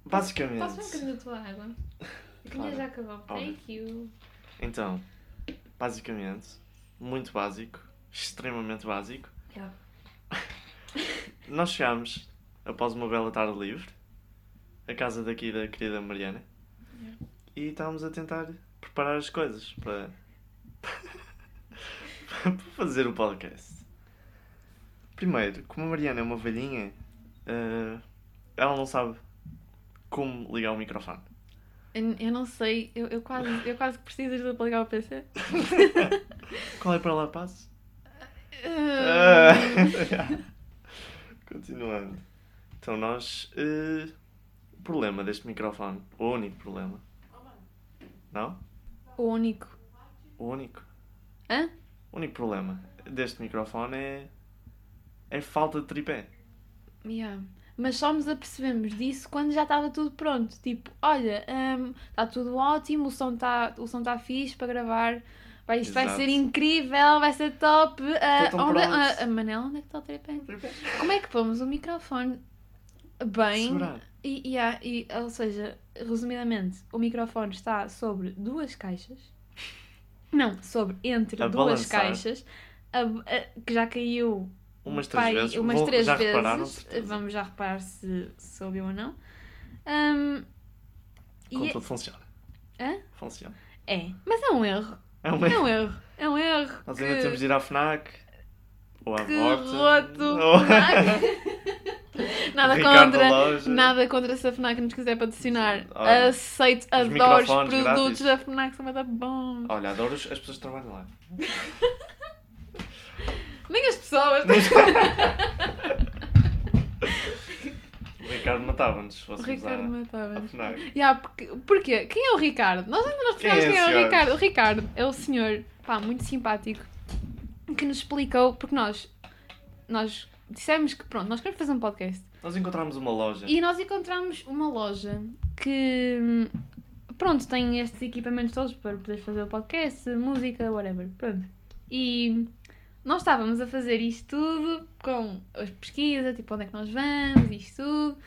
Speaker 1: Basicamente.
Speaker 2: Posso ver um bocadinho da tua água? A minha
Speaker 1: Claro.
Speaker 2: já acabou.
Speaker 1: Óbvio.
Speaker 2: Thank you.
Speaker 1: Então, basicamente, muito básico, extremamente básico.
Speaker 2: Yeah.
Speaker 1: Nós chegámos, após uma bela tarde livre, à casa daqui da querida Mariana.
Speaker 2: Yeah.
Speaker 1: E estávamos a tentar preparar as coisas para, para fazer o podcast. Primeiro, como a Mariana é uma velhinha, eh, ela não sabe como ligar o microfone.
Speaker 2: Eu, eu não sei, eu, eu, quase, eu quase que preciso de ajuda para ligar o PC.
Speaker 1: Qual é para lá passo?
Speaker 2: Ahm,
Speaker 1: Ah. Continuando. Então nós. eh, o problema deste microfone, o único problema. Não?
Speaker 2: o único.
Speaker 1: O único.
Speaker 2: Hã?
Speaker 1: O único problema deste microfone é. É falta de tripé.
Speaker 2: Yeah. Mas só nos apercebemos disso quando já estava tudo pronto. Tipo, olha, está tudo ótimo, o som está tá fixe para gravar. Vai, isto vai
Speaker 1: Exato.
Speaker 2: ser incrível, vai ser top. ah,
Speaker 1: tão
Speaker 2: onde,
Speaker 1: pronto.
Speaker 2: ah, ah, Manel, onde é que está o tripé? Como é que pomos o microfone bem?
Speaker 1: Segurar.
Speaker 2: E, e há- e, ou seja, resumidamente, o microfone está sobre duas caixas. Não, sobre entre
Speaker 1: A
Speaker 2: duas
Speaker 1: balançar.
Speaker 2: caixas. a- a- que já caiu
Speaker 1: Umas três
Speaker 2: Pai,
Speaker 1: vezes.
Speaker 2: Umas
Speaker 1: Vão-
Speaker 2: três
Speaker 1: já repararam?
Speaker 2: vezes.
Speaker 1: Certeza.
Speaker 2: Vamos já reparar se soube ou não. Ahm, e
Speaker 1: Contudo, funciona.
Speaker 2: Hã?
Speaker 1: Funciona.
Speaker 2: é, mas é um erro.
Speaker 1: É uma...
Speaker 2: É um erro. É um erro.
Speaker 1: Nós
Speaker 2: que-
Speaker 1: ainda temos de ir à FNAC. Ou à
Speaker 2: que
Speaker 1: Morte.
Speaker 2: roto. nada
Speaker 1: Ricardo
Speaker 2: contra.
Speaker 1: Loja.
Speaker 2: Nada contra se a FNAC nos quiser patrocinar.
Speaker 1: Olha,
Speaker 2: Aceito,
Speaker 1: os
Speaker 2: adoro os
Speaker 1: microfones
Speaker 2: produtos
Speaker 1: grátis.
Speaker 2: da FNAC, são muito bons.
Speaker 1: Olha, adoro as as pessoas que trabalham lá. Oh.
Speaker 2: Nem as pessoas.
Speaker 1: O Ricardo matava-nos se
Speaker 2: o
Speaker 1: fôssemos
Speaker 2: Ricardo
Speaker 1: à-
Speaker 2: matava
Speaker 1: à FNAC.
Speaker 2: Ya, porque, porquê? Quem é o Ricardo? Nós ainda não
Speaker 1: Quem é
Speaker 2: percebemos quem é,
Speaker 1: esse
Speaker 2: o Ricardo. O Ricardo é o senhor, pá, muito simpático, que nos explicou, porque nós, nós dissemos que pronto, nós queremos fazer um podcast.
Speaker 1: Nós encontramos uma loja.
Speaker 2: E nós encontramos uma loja que, hum, pronto, tem estes equipamentos todos para poder fazer o podcast, música, whatever, pronto. E nós estávamos a fazer isto tudo com as pesquisas, tipo, onde é que nós vamos, isto tudo.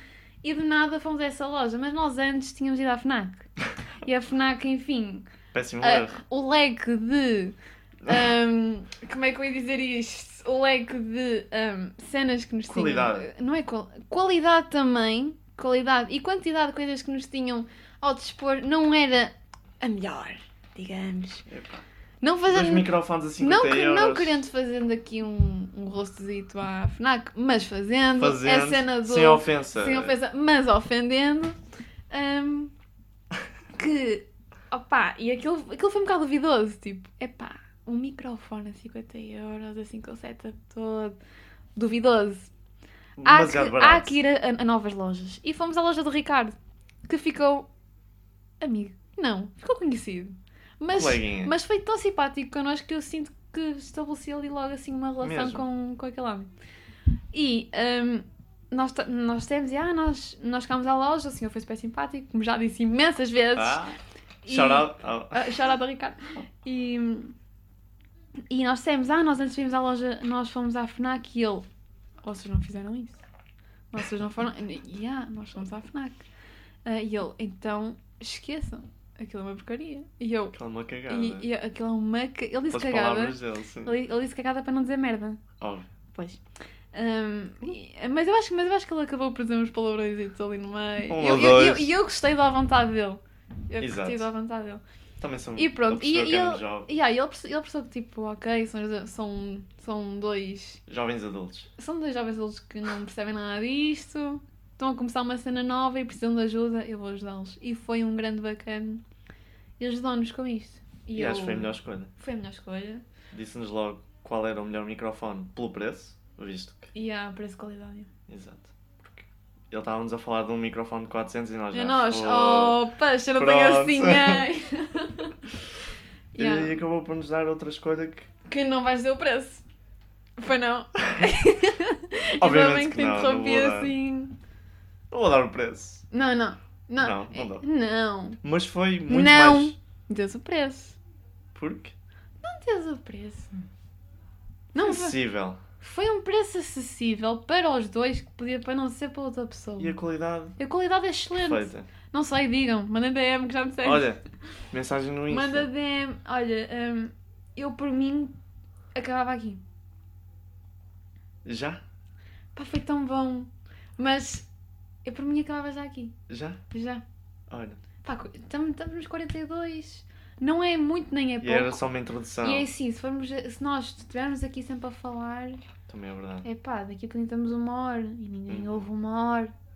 Speaker 2: E de nada fomos a essa loja, mas nós antes tínhamos ido à FNAC. E a FNAC, enfim,
Speaker 1: Péssimo
Speaker 2: a-
Speaker 1: erro.
Speaker 2: o leque de. hum, como é que eu ia dizer isto? O leque de hum, cenas que nos
Speaker 1: Qualidade.
Speaker 2: tinham. Não é qual- qualidade também. Qualidade e quantidade de coisas que nos tinham ao dispor não era a melhor, digamos.
Speaker 1: Epá.
Speaker 2: Não
Speaker 1: Dois
Speaker 2: fazendo.
Speaker 1: microfones a 50
Speaker 2: Não, que-
Speaker 1: euros.
Speaker 2: não querendo fazendo aqui um, um rostozito à FNAC, mas fazendo,
Speaker 1: fazendo,
Speaker 2: a cena do.
Speaker 1: Sem ofensa.
Speaker 2: Sem ofensa, mas ofendendo. hum, que. Opá, e aquilo, aquilo foi um bocado duvidoso. Tipo, epá, um microfone a 50 euros, assim com o setup todo duvidoso. Há que,
Speaker 1: Demasiado barato.
Speaker 2: há que ir a, a novas lojas. E fomos à loja do Ricardo, que ficou amigo. Não, ficou conhecido. Mas,
Speaker 1: Coleguinha.
Speaker 2: mas foi tão simpático connosco que eu sinto que estabeleci ali logo assim uma relação
Speaker 1: Mesmo.
Speaker 2: com, com aquele homem. E hum, nós, t- nós temos, e ah, nós, nós chegámos à loja, o senhor foi super simpático, como já disse imensas vezes.
Speaker 1: Ah,
Speaker 2: E-
Speaker 1: shout out. ao-
Speaker 2: Ah, shout out ao Ricardo. E, e nós dissemos, ah, nós antes vimos à loja, nós fomos à FNAC e ele, vocês não fizeram isso? Vocês não foram? Yeah, nós fomos à FNAC. Ah, e ele, então, esqueçam, aquilo é uma porcaria. E eu,
Speaker 1: Aquela uma cagada.
Speaker 2: e, e aquilo é uma... ca- Ele disse
Speaker 1: Pelas
Speaker 2: cagada,
Speaker 1: palavras dele, sim.
Speaker 2: ele, ele disse cagada para não dizer merda.
Speaker 1: Óbvio.
Speaker 2: Pois. Ahm, e- mas, eu acho, mas eu acho que ele acabou por dizer uns palavrões ali no meio.
Speaker 1: Um
Speaker 2: E eu, eu, eu,
Speaker 1: ou dois.
Speaker 2: e eu gostei da vontade dele. Eu
Speaker 1: Exato.
Speaker 2: gostei da vontade dele.
Speaker 1: Também são.
Speaker 2: E pronto,
Speaker 1: ele percebeu
Speaker 2: e-
Speaker 1: que
Speaker 2: e
Speaker 1: eram
Speaker 2: ele-
Speaker 1: jo-
Speaker 2: Yeah, ele, perce- ele percebeu que, tipo, ok, são, são, são dois.
Speaker 1: Jovens adultos.
Speaker 2: São dois jovens adultos que não percebem nada disto, estão a começar uma cena nova e precisam de ajuda, eu vou ajudá-los. E foi um grande bacana. E ajudou-nos com isto.
Speaker 1: E,
Speaker 2: eu-
Speaker 1: acho que foi a melhor escolha.
Speaker 2: Foi a melhor escolha.
Speaker 1: Disse-nos logo qual era o melhor microfone pelo preço, visto que.
Speaker 2: E há preço qualidade.
Speaker 1: Exato. Porque ele estava-nos a falar de um microfone de 400 e nós
Speaker 2: E
Speaker 1: já.
Speaker 2: a nós, oh,
Speaker 1: "Foda-se."
Speaker 2: opa, já não tenho
Speaker 1: Pronto.
Speaker 2: assim, ai.
Speaker 1: E- E
Speaker 2: yeah.
Speaker 1: acabou por nos dar outra escolha que.
Speaker 2: Que não vais dizer o preço. Foi não.
Speaker 1: Obviamente
Speaker 2: bem
Speaker 1: que
Speaker 2: te
Speaker 1: não, não
Speaker 2: interrompi
Speaker 1: vou dar.
Speaker 2: assim.
Speaker 1: Não vou dar o preço.
Speaker 2: Não, não. Não, é,
Speaker 1: Não, não dá.
Speaker 2: Não.
Speaker 1: Mas foi muito
Speaker 2: Não.
Speaker 1: mais.
Speaker 2: Dês o preço.
Speaker 1: Porque? é
Speaker 2: Não dês o preço. Não,
Speaker 1: Acessível.
Speaker 2: foi um preço acessível para os dois que podia para não ser para outra pessoa.
Speaker 1: E a qualidade?
Speaker 2: a... qualidade é excelente.
Speaker 1: Perfeita.
Speaker 2: Não sei, digam. Mandem DM que já me sei.
Speaker 1: Olha, mensagem no Insta.
Speaker 2: Manda DM. Olha, hum, eu por mim acabava aqui.
Speaker 1: Já?
Speaker 2: Pá, foi tão bom. Mas eu por mim acabava já aqui.
Speaker 1: Já?
Speaker 2: Já.
Speaker 1: Olha.
Speaker 2: Pá, estamos nos 42. Não é muito nem é
Speaker 1: E era
Speaker 2: pouco.
Speaker 1: só uma introdução.
Speaker 2: E é assim, se, formos, a- se nós estivermos aqui sempre a falar,
Speaker 1: Também é verdade.
Speaker 2: é pá, daqui a bocadinho estamos uma hora e ninguém
Speaker 1: Uhum.
Speaker 2: ouve uma hora.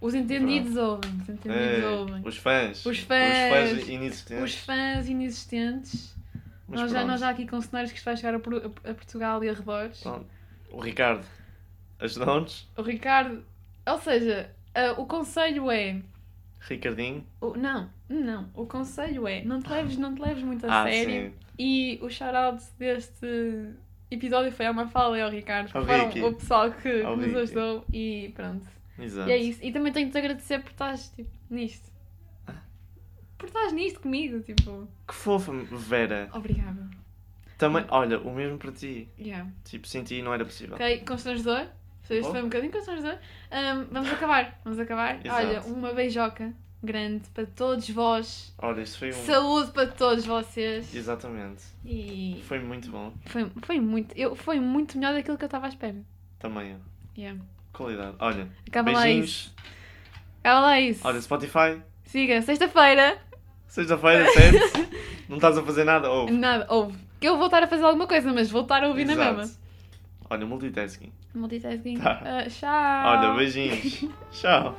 Speaker 2: Os entendidos ouvem, os entendidos
Speaker 1: Ei,
Speaker 2: ouvem.
Speaker 1: É, os fãs.
Speaker 2: é Os fãs.
Speaker 1: Os fãs inexistentes.
Speaker 2: Os fãs inexistentes,
Speaker 1: Mas
Speaker 2: nós já,
Speaker 1: pronto.
Speaker 2: nós já aqui com cenários que isto vai chegar a, Por- a Portugal e arredores.
Speaker 1: Pronto. O Ricardo ajudou-nos.
Speaker 2: O Ricardo, ou seja, ah, o conselho é.
Speaker 1: Ricardinho.
Speaker 2: o- não, não, o conselho é não te leves, não te leves muito a
Speaker 1: ah,
Speaker 2: sério.
Speaker 1: sim.
Speaker 2: E o shout-out deste episódio foi à Mafala e ao Ricardo,
Speaker 1: Ao
Speaker 2: que foram
Speaker 1: Vicky.
Speaker 2: o pessoal que, que
Speaker 1: Ao
Speaker 2: nos
Speaker 1: Vicky.
Speaker 2: ajudou e pronto.
Speaker 1: Exato.
Speaker 2: E é isso. E também tenho-te agradecer por estás tipo, nisto.
Speaker 1: Ah.
Speaker 2: Por estás nisto comigo, tipo.
Speaker 1: Que fofa, Vera.
Speaker 2: Obrigada.
Speaker 1: Também, olha, o mesmo para ti.
Speaker 2: Yeah.
Speaker 1: Tipo, sem ti não era possível.
Speaker 2: Ok, constrangedor. Isto
Speaker 1: Bom.
Speaker 2: foi um bocadinho constrangedor. Ahm, vamos acabar. Vamos acabar.
Speaker 1: Exato.
Speaker 2: Olha, uma beijoca grande para todos vós.
Speaker 1: Olha, isso foi um...
Speaker 2: Saúde para todos vocês.
Speaker 1: Exatamente.
Speaker 2: E
Speaker 1: Foi muito bom.
Speaker 2: foi, foi muito. Eu, foi muito melhor daquilo que eu estava à espera.
Speaker 1: Também.
Speaker 2: Yeah.
Speaker 1: Qualidade. Olha,
Speaker 2: Acaba lá isso.
Speaker 1: beijinhos.
Speaker 2: Acaba lá isso.
Speaker 1: Olha, Spotify.
Speaker 2: Siga, sexta-feira.
Speaker 1: Sexta-feira, certo? não estás a fazer nada? Ouve.
Speaker 2: Nada, ouve. Que eu vou estar a fazer alguma coisa, mas vou estar a ouvir na
Speaker 1: Exato.
Speaker 2: mesma.
Speaker 1: Olha, multitasking.
Speaker 2: Multitasking.
Speaker 1: Tá.
Speaker 2: Ah, tchau.
Speaker 1: Olha, beijinhos. Tchau.